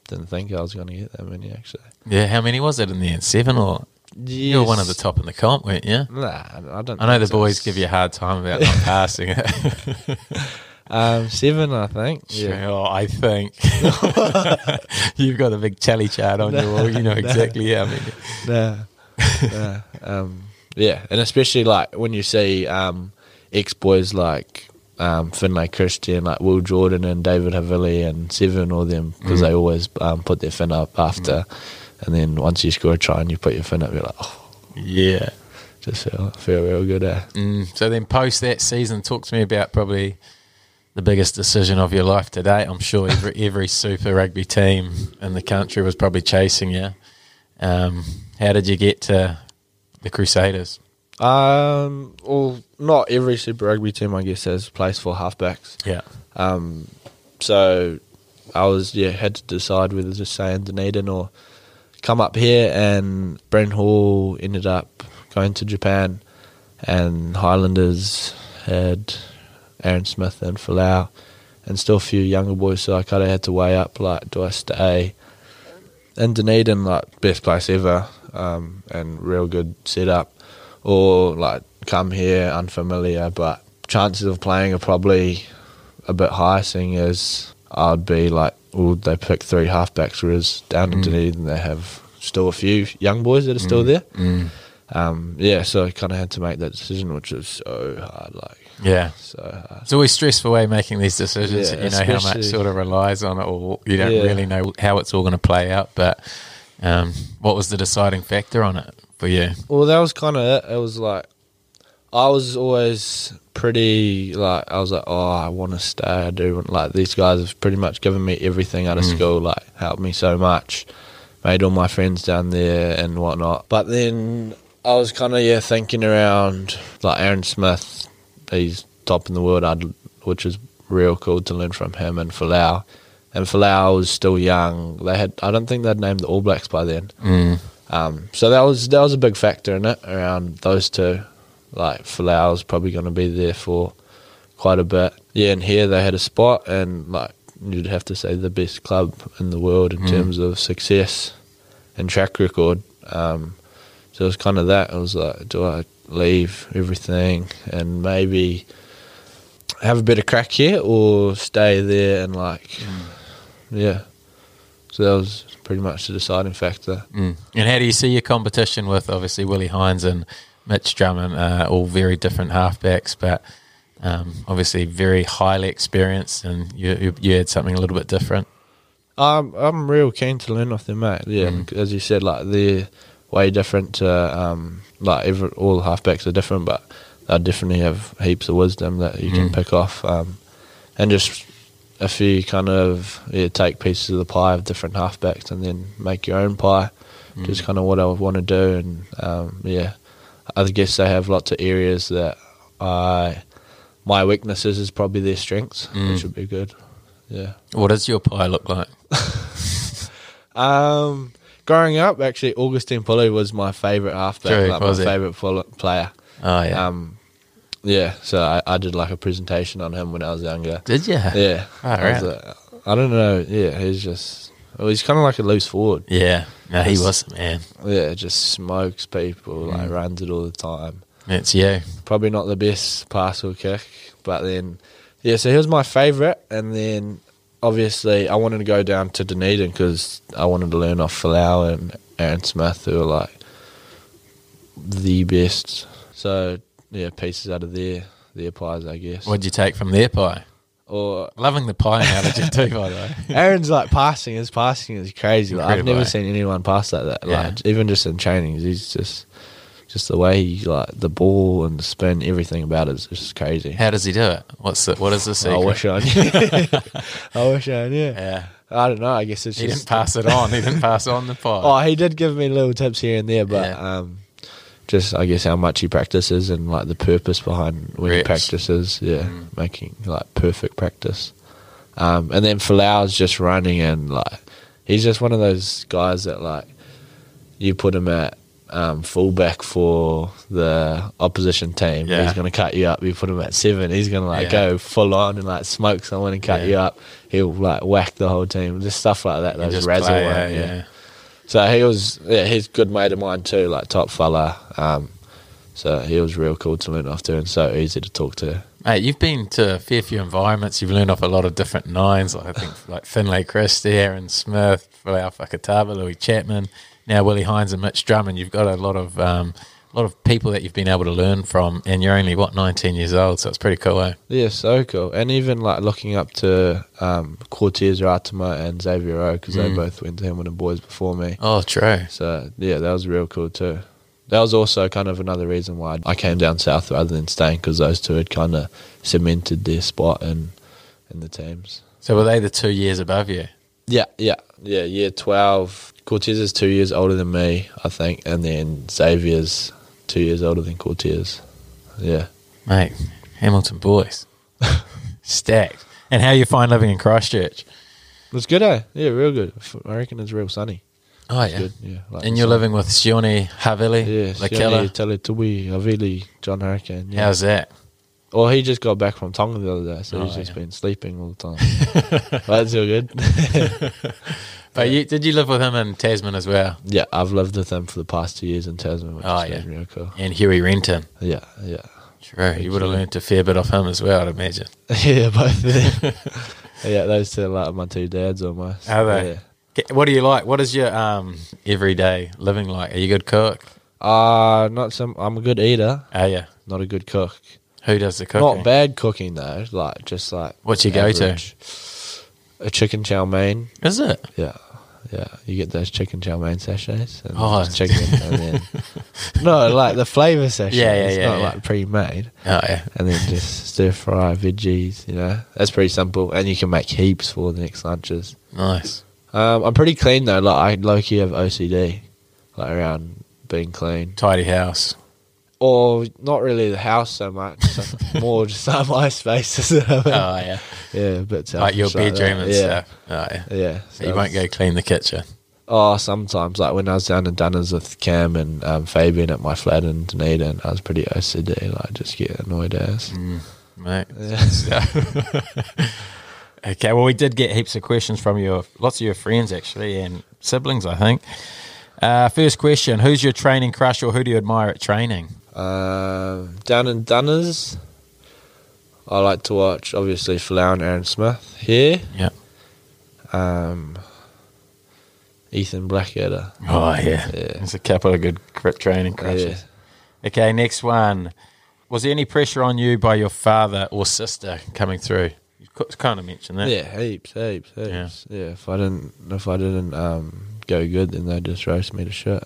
S4: didn't think I was going to get that many actually.
S5: Yeah. How many was it in the end? Seven or? You were one of the
S4: Yes.
S5: top in the comp, weren't you?
S4: Nah, I don't.
S5: I know
S4: think
S5: the
S4: so.
S5: boys give you a hard time about not passing it.
S4: um, seven, I think. [LAUGHS]
S5: [LAUGHS]
S4: Yeah,
S5: Oh, I think
S4: [LAUGHS]
S5: you've got a big tally chart on your wall.
S4: [LAUGHS]
S5: You know exactly how many.
S4: nah, nah. Um, yeah, and especially like when you see um, ex boys like. Um, Finlay Christian, like Will Jordan and David Havili and Seven, all them, because
S5: Mm.
S4: they always um, put their fin up after. And then once you score a try and you put your fin up, you're like, oh,
S5: Yeah.
S4: Just feel, feel real good. Eh?
S5: Mm, so then, post that season, talk to me about probably the biggest decision of your life to date. I'm sure every, [LAUGHS] every Super Rugby team in the country was probably chasing you. Um, how did you get to the Crusaders?
S4: Um, well, not every Super Rugby team, I guess, has place for halfbacks.
S5: Yeah.
S4: So I was yeah had to decide whether to stay in Dunedin or come up here. And Brent Hall ended up going to Japan, and Highlanders had Aaron Smith and Falau, and still a few younger boys. So I kind of had to weigh up like, do I stay? in Dunedin, like best place ever, um, and real good setup, or like come here unfamiliar, but chances of playing are probably a bit high, seeing as I'd be like, well, they pick three halfbacks, whereas down in Dunedin they have still a few young boys that are still there. Um, yeah, so I kind of had to make that decision, which was so hard, like
S5: Yeah.
S4: so hard.
S5: It's always stressful way making these decisions.
S4: Yeah,
S5: you know how much
S4: especially-
S5: sort of relies on it, or you don't
S4: Yeah.
S5: really know how it's all going to play out. But um, what was the deciding factor on it for you?
S4: Well, that was kind of it. It was like I was always pretty like I was like, oh, I want to stay. I do want like these guys have pretty much given me everything out of school. Like helped me so much, made all my friends down there and whatnot. But then I was kind of yeah thinking around like Aaron Smith. He's top in the world. I'd which is real cool to learn from him and Falau. And Falau was still young. They had I don't think they'd named the All Blacks by then. Um, so that was that was a big factor in it around those two. Like Falau's probably going to be there for quite a bit. Yeah, and here they had a spot, and like you'd have to say the best club in the world in terms of success and track record. Um, so it was kind of that. I was like, do I leave everything and maybe have a bit of crack here or stay there and like, yeah. So that was pretty much the deciding factor.
S5: And how do you see your competition with obviously Willie Hines and Mitch Drummond, uh, all very different halfbacks, but um, obviously very highly experienced, and you, you, you had something a little bit different.
S4: Um, I'm real keen to learn off them, mate. Yeah, as you said, like they're way different. To, um, like every, all halfbacks are different, but they definitely have heaps of wisdom that you can pick off. Um, and just if you kind of yeah, take pieces of the pie of different halfbacks and then make your own pie, just kind of what I want to do. And um, yeah, I guess they have lots of areas that I my weaknesses is probably their strengths, which would be good. Yeah.
S5: What does your pie look like?
S4: Um, growing up, actually, Augustine Pulu was my favourite halfback,
S5: True,
S4: like
S5: was he?
S4: my favourite full- player.
S5: Oh yeah,
S4: Um, yeah, so I, I did like a presentation on him when I was younger.
S5: did you?
S4: Yeah,
S5: Ah,
S4: I, was
S5: right.
S4: like- I don't know. Yeah, he's just well, he's kind of like a loose forward.
S5: yeah. No, he was man.
S4: Yeah, just smokes people,
S5: Mm.
S4: like runs it all the time.
S5: It's you.
S4: Probably not the best pass or kick, but then yeah, so he was my favourite, and then obviously I wanted to go down to Dunedin because I wanted to learn off Falau and Aaron Smith, who are like the best. So yeah, pieces out of their their pies, I guess.
S5: What'd you take from their pie?
S4: Or
S5: Loving the pie now
S4: [LAUGHS]
S5: that you do, by the way.
S4: Aaron's like passing, his passing is crazy. Like, I've
S5: Incredible,
S4: never
S5: eh?
S4: seen anyone pass like that.
S5: Yeah.
S4: Like even just in trainings, he's just just the way he like the ball and the spin, everything about it is just crazy.
S5: How does he do it? What's the, what is the secret?
S4: I wish I knew. [LAUGHS] I wish Oh, I knew.
S5: yeah,
S4: I don't know. I guess it's
S5: he
S4: just
S5: didn't pass it on. He didn't pass on the pie.
S4: [LAUGHS] Oh, he did give me little tips here and there, but
S5: Yeah.
S4: um, just I guess how much he practices and like the purpose behind when he
S5: Reps. Mm.
S4: practices. Yeah, making like perfect practice. Um, and then Falau's just running and like he's just one of those guys that like you put him at um, fullback for the opposition team.
S5: Yeah.
S4: He's gonna cut you up. You put him at seven. He's gonna like
S5: Yeah.
S4: go full on and like smoke someone and cut
S5: Yeah.
S4: you up. He'll like whack the whole team. Just stuff like that.
S5: You
S4: Those
S5: just
S4: razzle
S5: play,
S4: one,
S5: eh?
S4: yeah. So he was, yeah, he's a good mate of mine too, like top fella. Um, so he was real cool to learn off to and so easy to talk to.
S5: Mate, you've been to a fair few environments. You've learned off a lot of different nines. Like
S4: [LAUGHS]
S5: I think like Finlay Christie, Aaron Smith, Falau Fakatava, Louis Chapman, now Willie Hines and Mitch Drummond. You've got a lot of um, a lot of people that you've been able to learn from, and you're only what 19 years old, so it's pretty cool. Eh?
S4: Yeah, so cool. And even like looking up to um, Cortez Ratama and Xavier O because they both went to him when the boys before me.
S5: Oh, true.
S4: So yeah, that was real cool too. That was also kind of another reason why I came down south rather than staying because those two had kind of cemented their spot in in the teams.
S5: So were they the two years above you?
S4: Yeah, yeah, yeah. Year twelve. Cortez is two years older than me, I think, and then Xavier's two years older than Cortez. Yeah,
S5: Mate, Hamilton [LAUGHS] boys. Stacked. And how you find living in Christchurch?
S4: it's good, eh? Yeah, real good. F- I reckon it's real sunny.
S5: Oh,
S4: It's
S5: yeah.
S4: good. Yeah, like
S5: And
S4: the
S5: you're
S4: sun.
S5: living with Sione Havili,
S4: Yeah,
S5: the
S4: Sione
S5: killer.
S4: Teletubby, Havili, John Hurricane. Yeah.
S5: How's that?
S4: Or he just got back from Tonga the other day, so
S5: Oh,
S4: he's just
S5: yeah.
S4: been sleeping all the time. [LAUGHS] but that's all good.
S5: But you, did you live with him in Tasman as well?
S4: yeah, I've lived with them for the past two years in Tasman, which
S5: Oh,
S4: has
S5: yeah.
S4: been real cool.
S5: And Huey Renton.
S4: Yeah, yeah.
S5: True. You would have learnt a fair bit off him as well, I'd imagine.
S4: [LAUGHS] yeah, both of
S5: [LAUGHS]
S4: them. yeah, those two are like my two dads almost.
S5: Are they?
S4: Yeah.
S5: K, What do you like? What is your um, everyday living like? Are you a good cook?
S4: Uh not some I'm a good eater,
S5: Are you?
S4: not a good cook.
S5: Who does the cooking?
S4: Not bad cooking though, like just like
S5: What's your go-to?
S4: A chicken chow mein.
S5: Is it?
S4: Yeah. Yeah. You get those chicken chow mein sachets and
S5: Oh.
S4: it's chicken
S5: [LAUGHS]
S4: and then No, like the flavour sachets.
S5: Yeah, yeah,
S4: It's
S5: yeah,
S4: not
S5: yeah.
S4: like pre made.
S5: Oh, yeah.
S4: And then just stir fry veggies, you know. That's pretty simple. And you can make heaps for the next lunches.
S5: Nice.
S4: Um, I'm pretty clean though. Like I low key have OCD, like around being clean, [LAUGHS]
S5: Tidy house.
S4: or not really the house so much,
S5: [LAUGHS]
S4: so more just [LAUGHS] like my spaces. [LAUGHS]
S5: Oh, yeah.
S4: yeah, but
S5: like your bedroom and
S4: yeah,
S5: stuff. Oh, yeah.
S4: Yeah, so
S5: you won't go clean the kitchen.
S4: Oh, sometimes like when I was down in Dunners with Cam and um, Fabian at my flat in Dunedin, I was pretty OCD. Like just get annoyed as.
S5: [LAUGHS] Mate.
S4: Yeah.
S5: okay, well, we did get heaps of questions from your lots of your friends actually and siblings, I think. Uh, first question: Who's your training
S4: Uh,
S5: crush, or who do you admire at training?
S4: Um, down in Dunners, I like to watch obviously Falau and Aaron Smith here.
S5: Yeah.
S4: Um, Ethan Blackadder.
S5: Oh yeah.
S4: Yeah.
S5: There's a couple of good cr- training crushes. Okay, next one. Was there any pressure on you by your father or sister coming through? You kind of mentioned that.
S4: Yeah, heaps, heaps,
S5: Yeah.
S4: heaps. Yeah. if I didn't, if I didn't um, go good, then they'd just roast me to
S5: [LAUGHS]
S4: shit.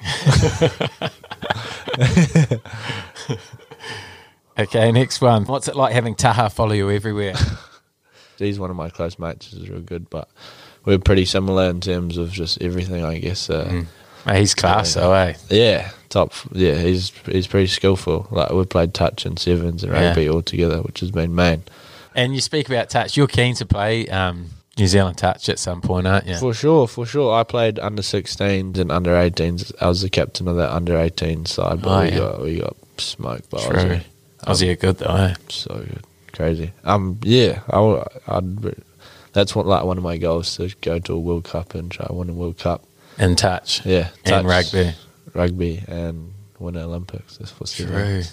S5: Okay, next one. What's it like having Taha follow you [LAUGHS] everywhere?
S4: He's one of my close mates. is real good, but we're pretty similar in terms of just everything, I guess. Uh,
S5: Mm. Mate, he's class, though, eh?
S4: Yeah, top. Yeah, he's he's pretty skillful. Like we played touch and sevens and
S5: Yeah.
S4: rugby all together, which has been main
S5: And you speak about touch. You're keen to play um, New Zealand touch at some point, aren't you?
S4: for sure. For sure, I played under 16s and under 18s. I was the captain of that under 18 side, but
S5: Oh,
S4: we
S5: yeah.
S4: got we got smoked by
S5: True.
S4: Aussie.
S5: Aussie are good, though, eh?
S4: So good, crazy. Um, yeah, I w- I'd. re- That's what like one of my goals to go to a World Cup and try to win a World Cup.
S5: In touch.
S4: Yeah,
S5: And
S4: touch,
S5: rugby.
S4: rugby, and win an Olympics. That's what's the
S5: True.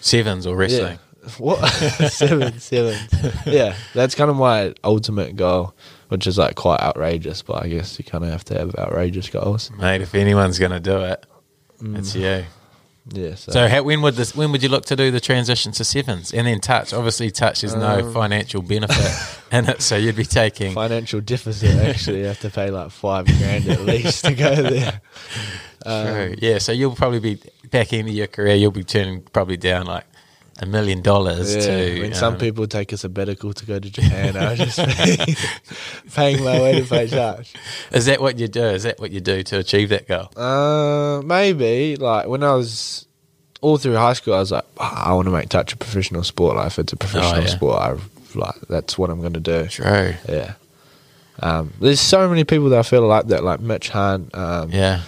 S5: Sevens or wrestling.
S4: Yeah. [LAUGHS]
S5: [LAUGHS]
S4: What seven seven? Yeah, that's kind of my ultimate goal, which is like quite outrageous. But I guess you kind of have to have outrageous goals.
S5: Mate, if anyone's going to do it, it's you.
S4: Yeah. Mm. So,
S5: So how, when would this? When would you look to do the transition to sevens and then touch? Obviously, touch is no
S4: Um. [LAUGHS]
S5: financial benefit in it, so you'd be taking.
S4: financial deficit. Actually, you have to pay like five grand at least to go there.
S5: [LAUGHS] True. uh, yeah, so you'll probably be back into your career. You'll be turning probably down like a million dollars
S4: Yeah,
S5: to.
S4: when some
S5: um,
S4: people take a sabbatical to go to Japan, I was just [LAUGHS] paying, paying my way to pay touch.
S5: is that what you do? Is that what you do to achieve that goal?
S4: Uh, maybe like when I was all through high school, I was like, "Ah, I want to make touch a professional sport. Like if it's a professional
S5: Oh, yeah.
S4: sport, I like that's what I'm going to do.
S5: True.
S4: Yeah. Um, there's so many people that I feel like that, like Mitch Hunt, um,
S5: Yeah.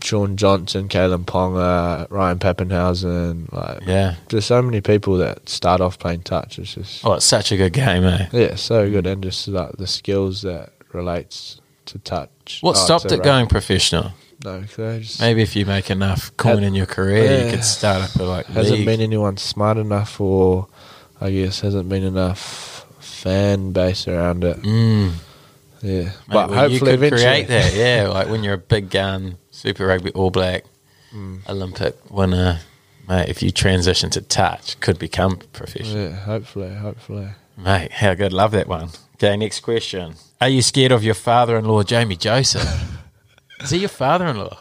S4: Sean Johnson, Kalen Ponga, Ryan Pappenhausen. Like,
S5: Yeah.
S4: there's so many people that start off playing touch. It's just
S5: Oh, it's such a good game, eh?
S4: yeah, so good, and just like the skills that relates to touch.
S5: What
S4: Oh,
S5: stopped
S4: to
S5: it
S4: rugby.
S5: going professional?
S4: No, 'cause I just-
S5: Maybe if you make enough coin
S4: Had-
S5: in your career, you
S4: yeah.
S5: could start up a like
S4: hasn't
S5: league.
S4: been anyone smart enough or I guess hasn't been enough fan base around it.
S5: Mm.
S4: Yeah.
S5: Mate,
S4: but
S5: well,
S4: hopefully
S5: you could
S4: eventually
S5: create that. Yeah, like when you're a big gun, Super Rugby All Black,
S4: Hmm.
S5: Olympic winner, mate. If you transition to touch, could become professional,
S4: Yeah, hopefully, hopefully.
S5: mate. How good, love that one. Okay, next question. Are you scared of your father-in-law,
S4: [LAUGHS]
S5: Jamie Joseph? Is he your father-in-law?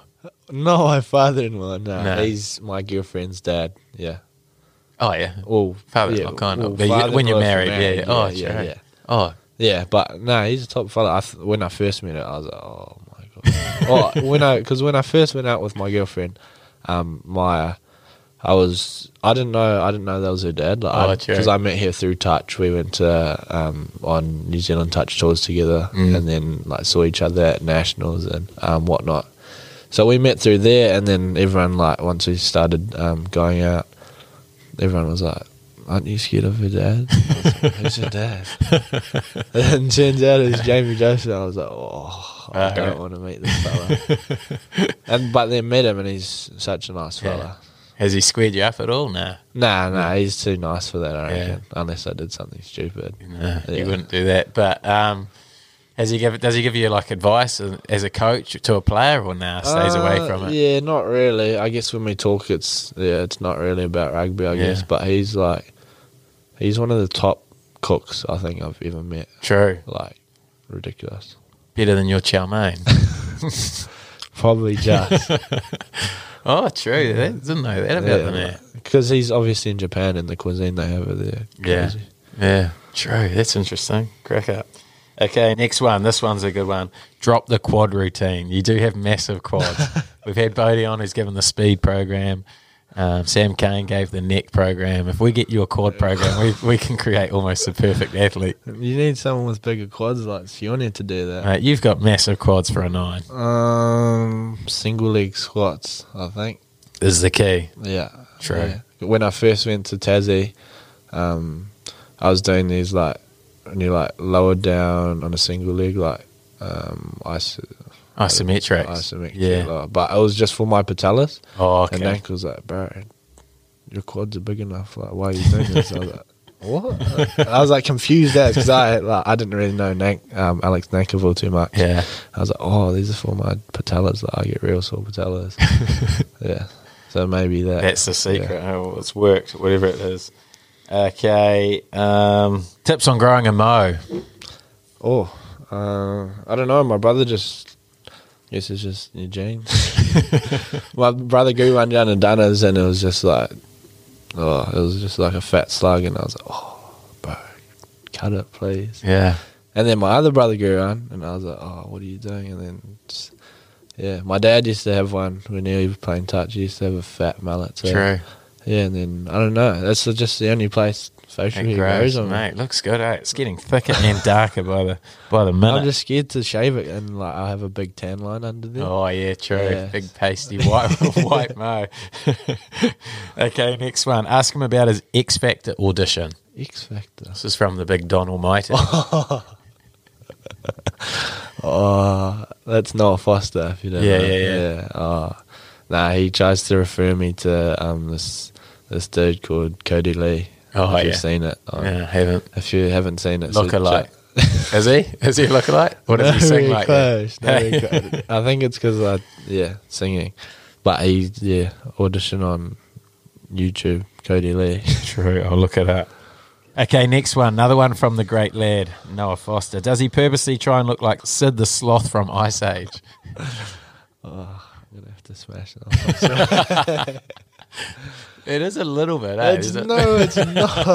S4: No, my father in law, no.
S5: No.
S4: He's my girlfriend's dad. Yeah.
S5: Oh yeah,
S4: Well
S5: father-in-law,
S4: yeah,
S5: kind
S4: well,
S5: of. But you, when
S4: father-in-law if
S5: you're married, yeah, yeah. Oh,
S4: yeah, yeah,
S5: sure.
S4: yeah.
S5: Oh,
S4: Yeah, but no, he's a top fella. I th- when I first met her, I was like, oh my god.
S5: [LAUGHS]
S4: well, when I because when I first went out with my girlfriend, um, Maya, I was I didn't know I didn't know that was her dad.
S5: Oh,
S4: Like,
S5: true.
S4: because I met her through Touch. We went to um on New Zealand Touch tours together,
S5: Mm.
S4: and then like saw each other at nationals and um whatnot. So we met through there, and then everyone like once we started um going out, everyone was like. Aren't you scared of her
S5: [LAUGHS]
S4: dad? I was like, Who's her dad? And turns out
S5: [LAUGHS]
S4: it was Jamie Joseph. I was like, oh, I
S5: Alright.
S4: don't want to meet this fella. and but then met him, and he's such a nice
S5: Yeah.
S4: fella.
S5: has he squared you up at all? No,
S4: Nah, nah, he's too nice for that. I
S5: Yeah.
S4: reckon. Unless I did something stupid.
S5: No,
S4: Uh, Yeah.
S5: you wouldn't do that. But um, has he give, does he give you like advice as as a coach to a player or now stays away
S4: Uh,
S5: from it?
S4: Yeah, not really. I guess when we talk, it's yeah, it's not really about rugby. I
S5: Yeah.
S4: guess, but he's like, he's one of the top cooks I think I've ever met.
S5: True.
S4: Like, ridiculous.
S5: Better than your
S4: [LAUGHS]
S5: chow mein. [LAUGHS]
S4: Probably just
S5: oh, true. That, didn't know that about the man.
S4: because he's obviously in Japan and the cuisine they have over there.
S5: Yeah.
S4: crazy.
S5: Yeah. True. That's interesting. Crack up. Okay, next one. This one's a good one. Drop the quad routine. You do have massive quads.
S4: [LAUGHS]
S5: We've had Bodie on who's given the speed program. Um, Sam Kane gave the neck program. If we get you a quad program, we, we can create almost the
S4: [LAUGHS]
S5: perfect athlete.
S4: You need someone with bigger quads like Sione to do
S5: [LAUGHS]
S4: that.
S5: Mate, you've got massive quads for a nine.
S4: Um, single leg squats, I think.
S5: Is the key.
S4: Yeah,
S5: True.
S4: Yeah. When I first went to Tassie, um, I was doing these like, and you like lower down on a single leg, like um, iso-
S5: Isometrics.
S4: Oh, isometric,
S5: Yeah.
S4: like, But it was just for my patellas
S5: Oh,
S4: and
S5: okay.
S4: ankles. Like, [LAUGHS] bro, your quads are big enough. Like, why are you doing this? I was like, what? I was like confused there because I like, I didn't really know Nank, um, Alex Nankerville too much.
S5: Yeah.
S4: I was like, oh, these are for my patellas. Like, I get real sore patellas.
S5: [LAUGHS]
S4: yeah. So maybe that.
S5: That's the secret. Oh, well, it's worked, whatever it is. Okay. Um, tips on growing a mo.
S4: Oh, uh, I don't know. My brother just, I guess it's just your
S5: [LAUGHS]
S4: genes. my brother grew one down in Dunners and it was just like, oh, it was just like a fat slug. And I was like, oh, bro, cut it, please.
S5: Yeah.
S4: And then my other brother grew one and I was like, oh, what are you doing? And then, just, yeah, my dad used to have one when he was playing touch. He used to have a fat mullet too.
S5: True.
S4: Yeah, and then, I don't know. That's just the only place facial
S5: It
S4: hair
S5: grows,
S4: grows on me.
S5: mate. Looks good, eh? It's getting thicker and darker by the by the minute.
S4: I'm just scared to shave it and like I have a big tan line under there.
S5: Oh yeah, true.
S4: Yeah.
S5: Big pasty white [LAUGHS] white mo. okay, next one. Ask him about his X Factor audition.
S4: X Factor.
S5: This is from the big Don Almighty.
S4: Oh, that's Noah Foster. If you don't
S5: Yeah,
S4: know.
S5: yeah, yeah.
S4: Oh, nah, he tries to refer me to um this this dude called Cody Lee.
S5: Oh,
S4: if you've
S5: yeah.
S4: seen it. Oh,
S5: yeah, haven't
S4: If you haven't seen it, so
S5: look alike.
S4: check-
S5: Is he? Is he a look alike? [LAUGHS] What does
S4: [LAUGHS]
S5: he
S4: Not
S5: sing
S4: really
S5: like?
S4: close, not [LAUGHS] really close. I think it's because I yeah singing, but he yeah audition on YouTube. Cody Lee. [LAUGHS]
S5: True. I'll look it up. Okay, next one. Another one from the great lad, Noah Foster. Does he purposely try and look like Sid the Sloth from Ice Age?
S4: I'm gonna have to smash that.
S5: It is a little bit, eh?
S4: It's,
S5: Is it?
S4: no, [LAUGHS] it's not.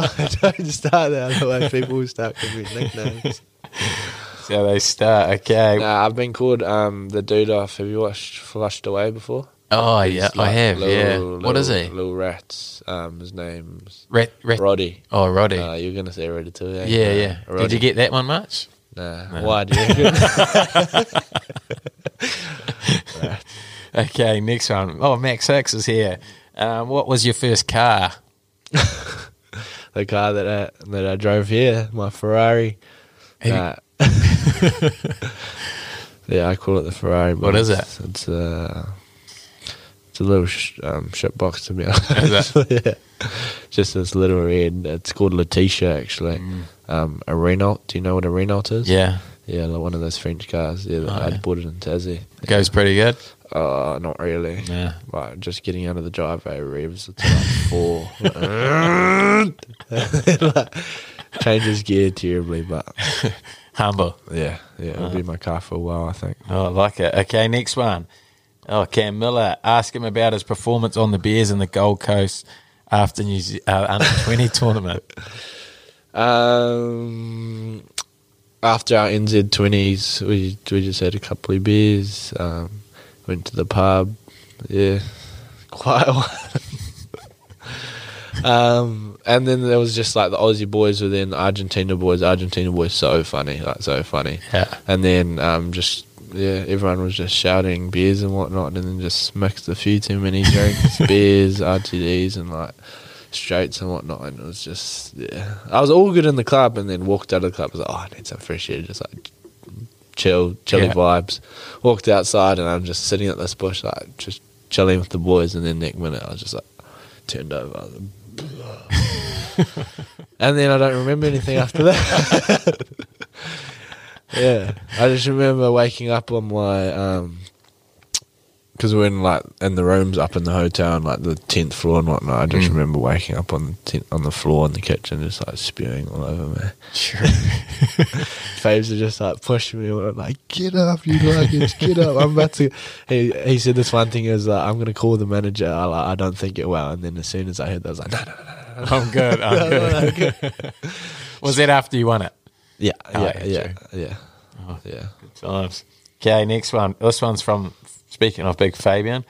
S4: Don't start that. Otherwise, people will start giving me nicknames.
S5: That's how they start. Okay.
S4: Nah, I've been called um, the dude off. Have you watched Flushed Away before?
S5: oh, yeah,
S4: He's like
S5: I have.
S4: little-
S5: yeah. what
S4: little-
S5: is he?
S4: Little Rats. Um, his name's
S5: Rat, rat,
S4: Roddy.
S5: Oh, Roddy.
S4: Uh, you're gonna say Roddy too, eh?
S5: yeah,
S4: Nah,
S5: yeah. Did
S4: Roddy.
S5: you get that one much?
S4: Nah. Why do you? [LAUGHS] reckon?
S5: Okay, next one. Oh, Max Hicks is here. Um, what was your first car?
S4: the car that I, that I drove here, my Ferrari.
S5: Have you-
S4: Nah. [LAUGHS] yeah, I call it the Ferrari. but
S5: What is
S4: it's- It's a it's a little sh- um, shit box to be honest.
S5: Is
S4: [LAUGHS] yeah. Just this little red. It's called Letitia actually. Um, a Renault. Do you know what a Renault is?
S5: Mm. Yeah,
S4: Yeah, like one of those French cars. Yeah, that
S5: Oh,
S4: I
S5: yeah.
S4: bought it in Tassie.
S5: goes pretty good.
S4: Uh, not really.
S5: Yeah.
S4: Like just getting out of the driveway revs. It's like [LAUGHS] four. Like, changes gear terribly, but
S5: Humble.
S4: yeah, yeah, it'll be my car for a while, I think.
S5: Oh, I like it. Okay, next one. Oh, Cam Miller. Ask him about his performance on the Bears in the Gold Coast after New Ze- uh, under [LAUGHS] 20 tournament.
S4: Um, after our NZ twenties, we we just had a couple of beers. Um, went to the pub. Yeah, [LAUGHS] quite a while. um, and then there was just like the Aussie boys were then Argentina boys. Argentina boys so funny, like so funny.
S5: Yeah.
S4: And then um, just yeah, everyone was just shouting beers and whatnot, and then just mixed a few too many drinks, beers, RTDs, and like straights and whatnot. And it was just yeah, I was all good in the club, and then walked out of the club. I was like, oh, I need some fresh air, just like chill, chilly
S5: Yeah.
S4: vibes. Walked outside, and I'm just sitting at this bush, like just chilling with the boys. And then next minute, I was just like turned over. I was like, and then I don't remember anything after that. [LAUGHS] yeah, I just remember waking up on my um because we're in like in the rooms up in the hotel and like the tenth floor and whatnot. I just remember waking up on the tent, on the floor in the kitchen, just like spewing all over me.
S5: Sure.
S4: Faves are just like pushing me, and I'm like, "Get up,
S5: [LAUGHS]
S4: you luggage, get up!" I'm about to. He he said this one thing is, like, "I'm gonna call the manager. I like, I don't think it well." And then as soon as I heard that, I was like, "No, no, no, no."
S5: I'm good. I'm good. [LAUGHS] was that after you won it?
S4: Yeah,
S5: Oh,
S4: yeah,
S5: yeah,
S4: yeah,
S5: true. Oh.
S4: yeah, yeah.
S5: Times. Okay, next one. This one's from, speaking of Big Fabian,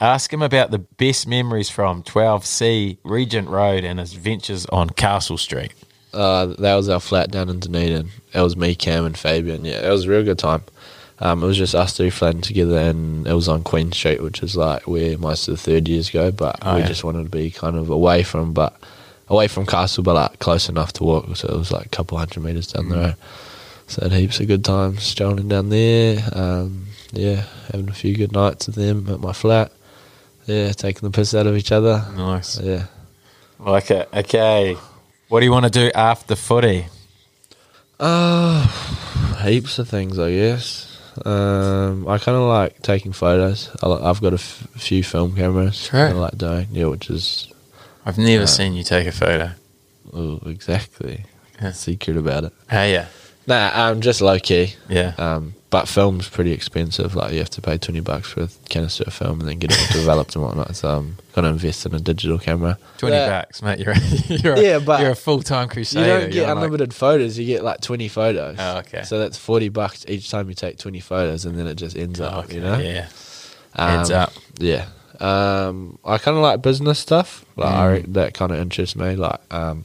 S5: ask him about the best memories from 12C Regent Road and his ventures on Castle Street.
S4: Uh, that was our flat down in Dunedin. It was me, Cam, and Fabian. Yeah, it was a real good time. Um, it was just us three flatting together, and it was on Queen Street, which is like where most of the third years go. But
S5: Oh,
S4: we
S5: yeah.
S4: just wanted to be kind of away from, but away from Castle, but like close enough to walk. So it was like a couple hundred meters down
S5: Mm.
S4: the road. So I had heaps of good times strolling down there. Um, yeah, having a few good nights with them at my flat. Yeah, taking the piss out of each other.
S5: Nice.
S4: Yeah.
S5: Like it. Okay. What do you want to do after footy?
S4: Uh, heaps of things, I guess. Um, I kind of like taking photos. I, li- I've got a f- few film cameras.
S5: Right.
S4: I like doing, yeah, which is
S5: I've never seen you take a photo.
S4: ooh, exactly
S5: Yeah.
S4: secret about it.
S5: Hey, yeah.
S4: Nah, I'm just low key.
S5: Yeah.
S4: Um, but film's pretty expensive. Like you have to pay twenty bucks for a canister of film and then get it all developed and whatnot. So I'm gonna invest in a digital camera.
S5: 20
S4: Yeah.
S5: bucks, mate. You're a, [LAUGHS] you're a,
S4: Yeah, but
S5: you're a full-time
S4: You
S5: crusader.
S4: don't get
S5: You're like-
S4: unlimited photos. You get like twenty photos.
S5: Oh, okay.
S4: So that's forty bucks each time you take twenty photos, and then it just ends
S5: Oh,
S4: up.
S5: okay,
S4: You know.
S5: Yeah.
S4: Um,
S5: Heads up.
S4: Yeah. Um, I kind of like business stuff. Like I
S5: Mm.
S4: re- that kind of interests me. Like um,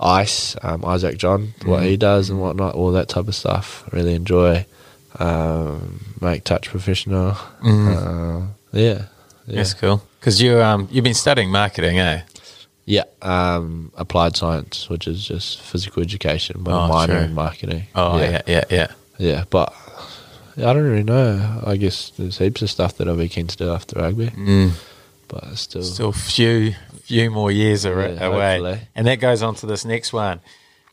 S4: Ice, um, Isaac John, what
S5: Mm.
S4: he does and whatnot, all that type of stuff. Really enjoy. Um, make touch professional.
S5: Mm-hmm.
S4: Uh, yeah. Yeah.
S5: That's cool. Because you, um, you've been studying marketing, eh?
S4: Yeah. Um, applied science, which is just physical education, but
S5: Oh,
S4: a minor
S5: sure.
S4: in marketing.
S5: Oh, yeah, yeah, yeah.
S4: Yeah, but I don't really know. I guess there's heaps of stuff that I'll be keen to do after rugby,
S5: Mm.
S4: but it's still.
S5: Still few, few more years ar-
S4: Yeah,
S5: away.
S4: hopefully.
S5: And that goes on to this next one.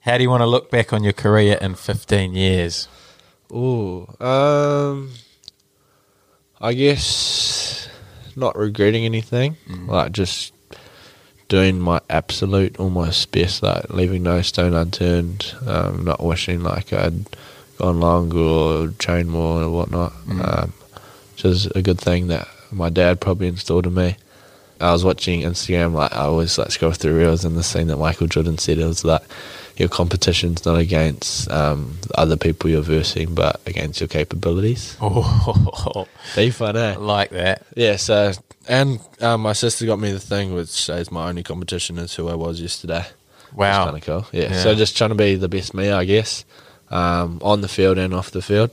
S5: How do you want to look back on your career in 15 years? [LAUGHS]
S4: Oh, um, I guess not regretting anything. Like just doing my absolute almost best, like leaving no stone unturned. Um, not wishing like I'd gone longer or trained more or whatnot. Um, which is a good thing that my dad probably instilled in me. I was watching Instagram, like I always like scroll through reels, and this thing that Michael Jordan said it was like your competition's not against um, the other people you're versing, but against your capabilities.
S5: Oh,
S4: Be fun, eh?
S5: I like that.
S4: Yeah. So, and um, my sister got me the thing which says my only competition is who I was yesterday.
S5: Wow.
S4: Kind of cool. Yeah.
S5: Yeah.
S4: So just trying to be the best me, I guess, um, on the field and off the field.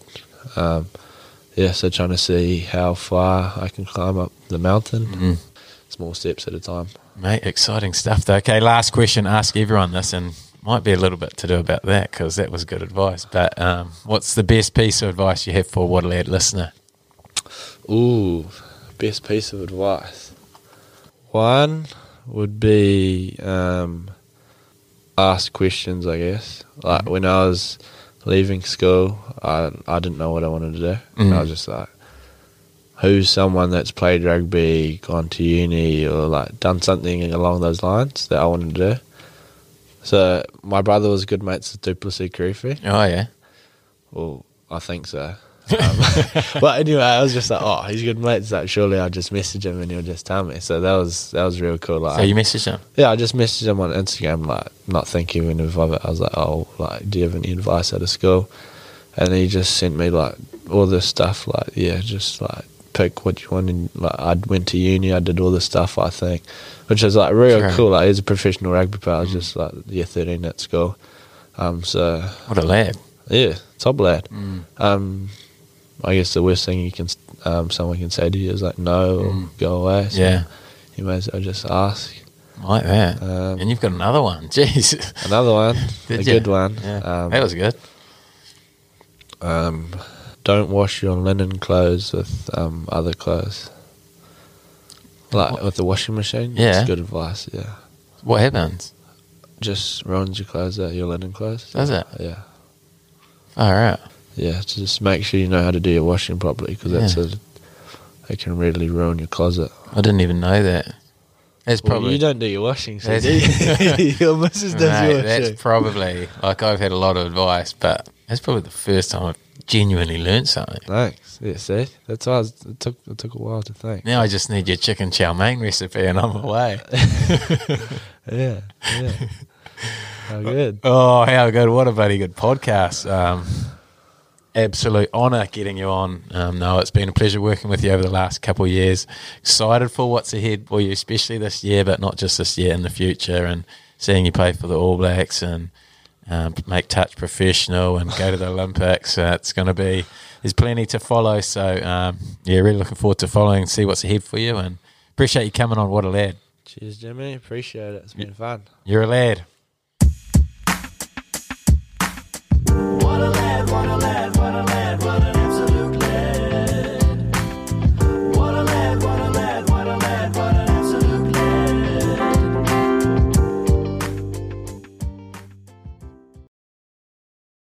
S4: Um, yeah. So trying to see how far I can climb up the mountain, small steps at a time.
S5: Mate, exciting stuff. Though. Okay, last question. Ask everyone this, and might be a little bit to do about that because that was good advice. But um, what's the best piece of advice you have for a Waterlad listener?
S4: Ooh, best piece of advice. One would be um, ask questions, I guess. Like when I was leaving school, I I didn't know what I wanted to do. And I was just like, who's someone that's played rugby, gone to uni, or like done something along those lines that I wanted to do? So my brother was good mates with Duplessis Creepy.
S5: Oh yeah,
S4: Well, I think so. Um, [LAUGHS] but anyway, I was just like, oh, he's good mates. Like, surely I'll just message him and he'll just tell me. So that was that was real cool. Like,
S5: so you messaged him.
S4: yeah, I just messaged him on Instagram, like not thinking even of it. I was like, oh, like, do you have any advice out of school? And he just sent me like all this stuff, like yeah, just like pick what you want. And like, I went to uni, I did all this stuff, I think, which is like real
S5: Sure.
S4: cool. Like, he's a professional rugby player. I was just like year thirteen at school. Um, so
S5: What a lad.
S4: yeah, top lad.
S5: Mm.
S4: Um, I guess the worst thing you can um, someone can say to you is like no or go away. So
S5: Mm. Yeah,
S4: you may as well just ask.
S5: I like that.
S4: Um,
S5: and you've got another one. [LAUGHS] Jeez,
S4: Another one, a
S5: [LAUGHS] Did ya?
S4: good one.
S5: Yeah.
S4: Um,
S5: that was good.
S4: um, don't wash your linen clothes with um, other clothes. Like with the washing machine.
S5: Yeah.
S4: that's good advice. Yeah,
S5: What happens?
S4: just ruins your clothes out your linen clothes.
S5: Does it?
S4: Yeah.
S5: All right.
S4: Yeah, so just make sure you know how to do your washing properly because that's
S5: Yeah.
S4: a, it can really ruin your closet.
S5: I didn't even know that. That's
S4: Well,
S5: probably
S4: you don't do your washing, so
S5: That's-
S4: do
S5: [LAUGHS]
S4: you? [LAUGHS] your missus does
S5: Mate,
S4: your
S5: that's
S4: washing.
S5: probably like I've had a lot of advice, but that's probably the first time I've genuinely learned something.
S4: Thanks. Yeah, see, that's why I was, it took it took a while to think.
S5: Now I just need your chicken chow mein recipe and I'm away.
S4: Yeah, yeah.
S5: [LAUGHS]
S4: How good.
S5: Oh, how good. What a bloody good podcast. Um, absolute honour getting you on. Um, no, it's been a pleasure working with you over the last couple of years. Excited for what's ahead for you, especially this year, but not just this year, in the future, and seeing you play for the All Blacks and um, make touch professional and go to the Olympics. Uh, it's going to be, there's plenty to follow. So, um, yeah, really looking forward to following and see what's ahead for you. And appreciate you coming on. What a lad.
S4: Cheers, Jimmy. Appreciate it. It's been fun.
S5: You're a lad.
S3: What a lad, what a lad, what a lad, what a lad.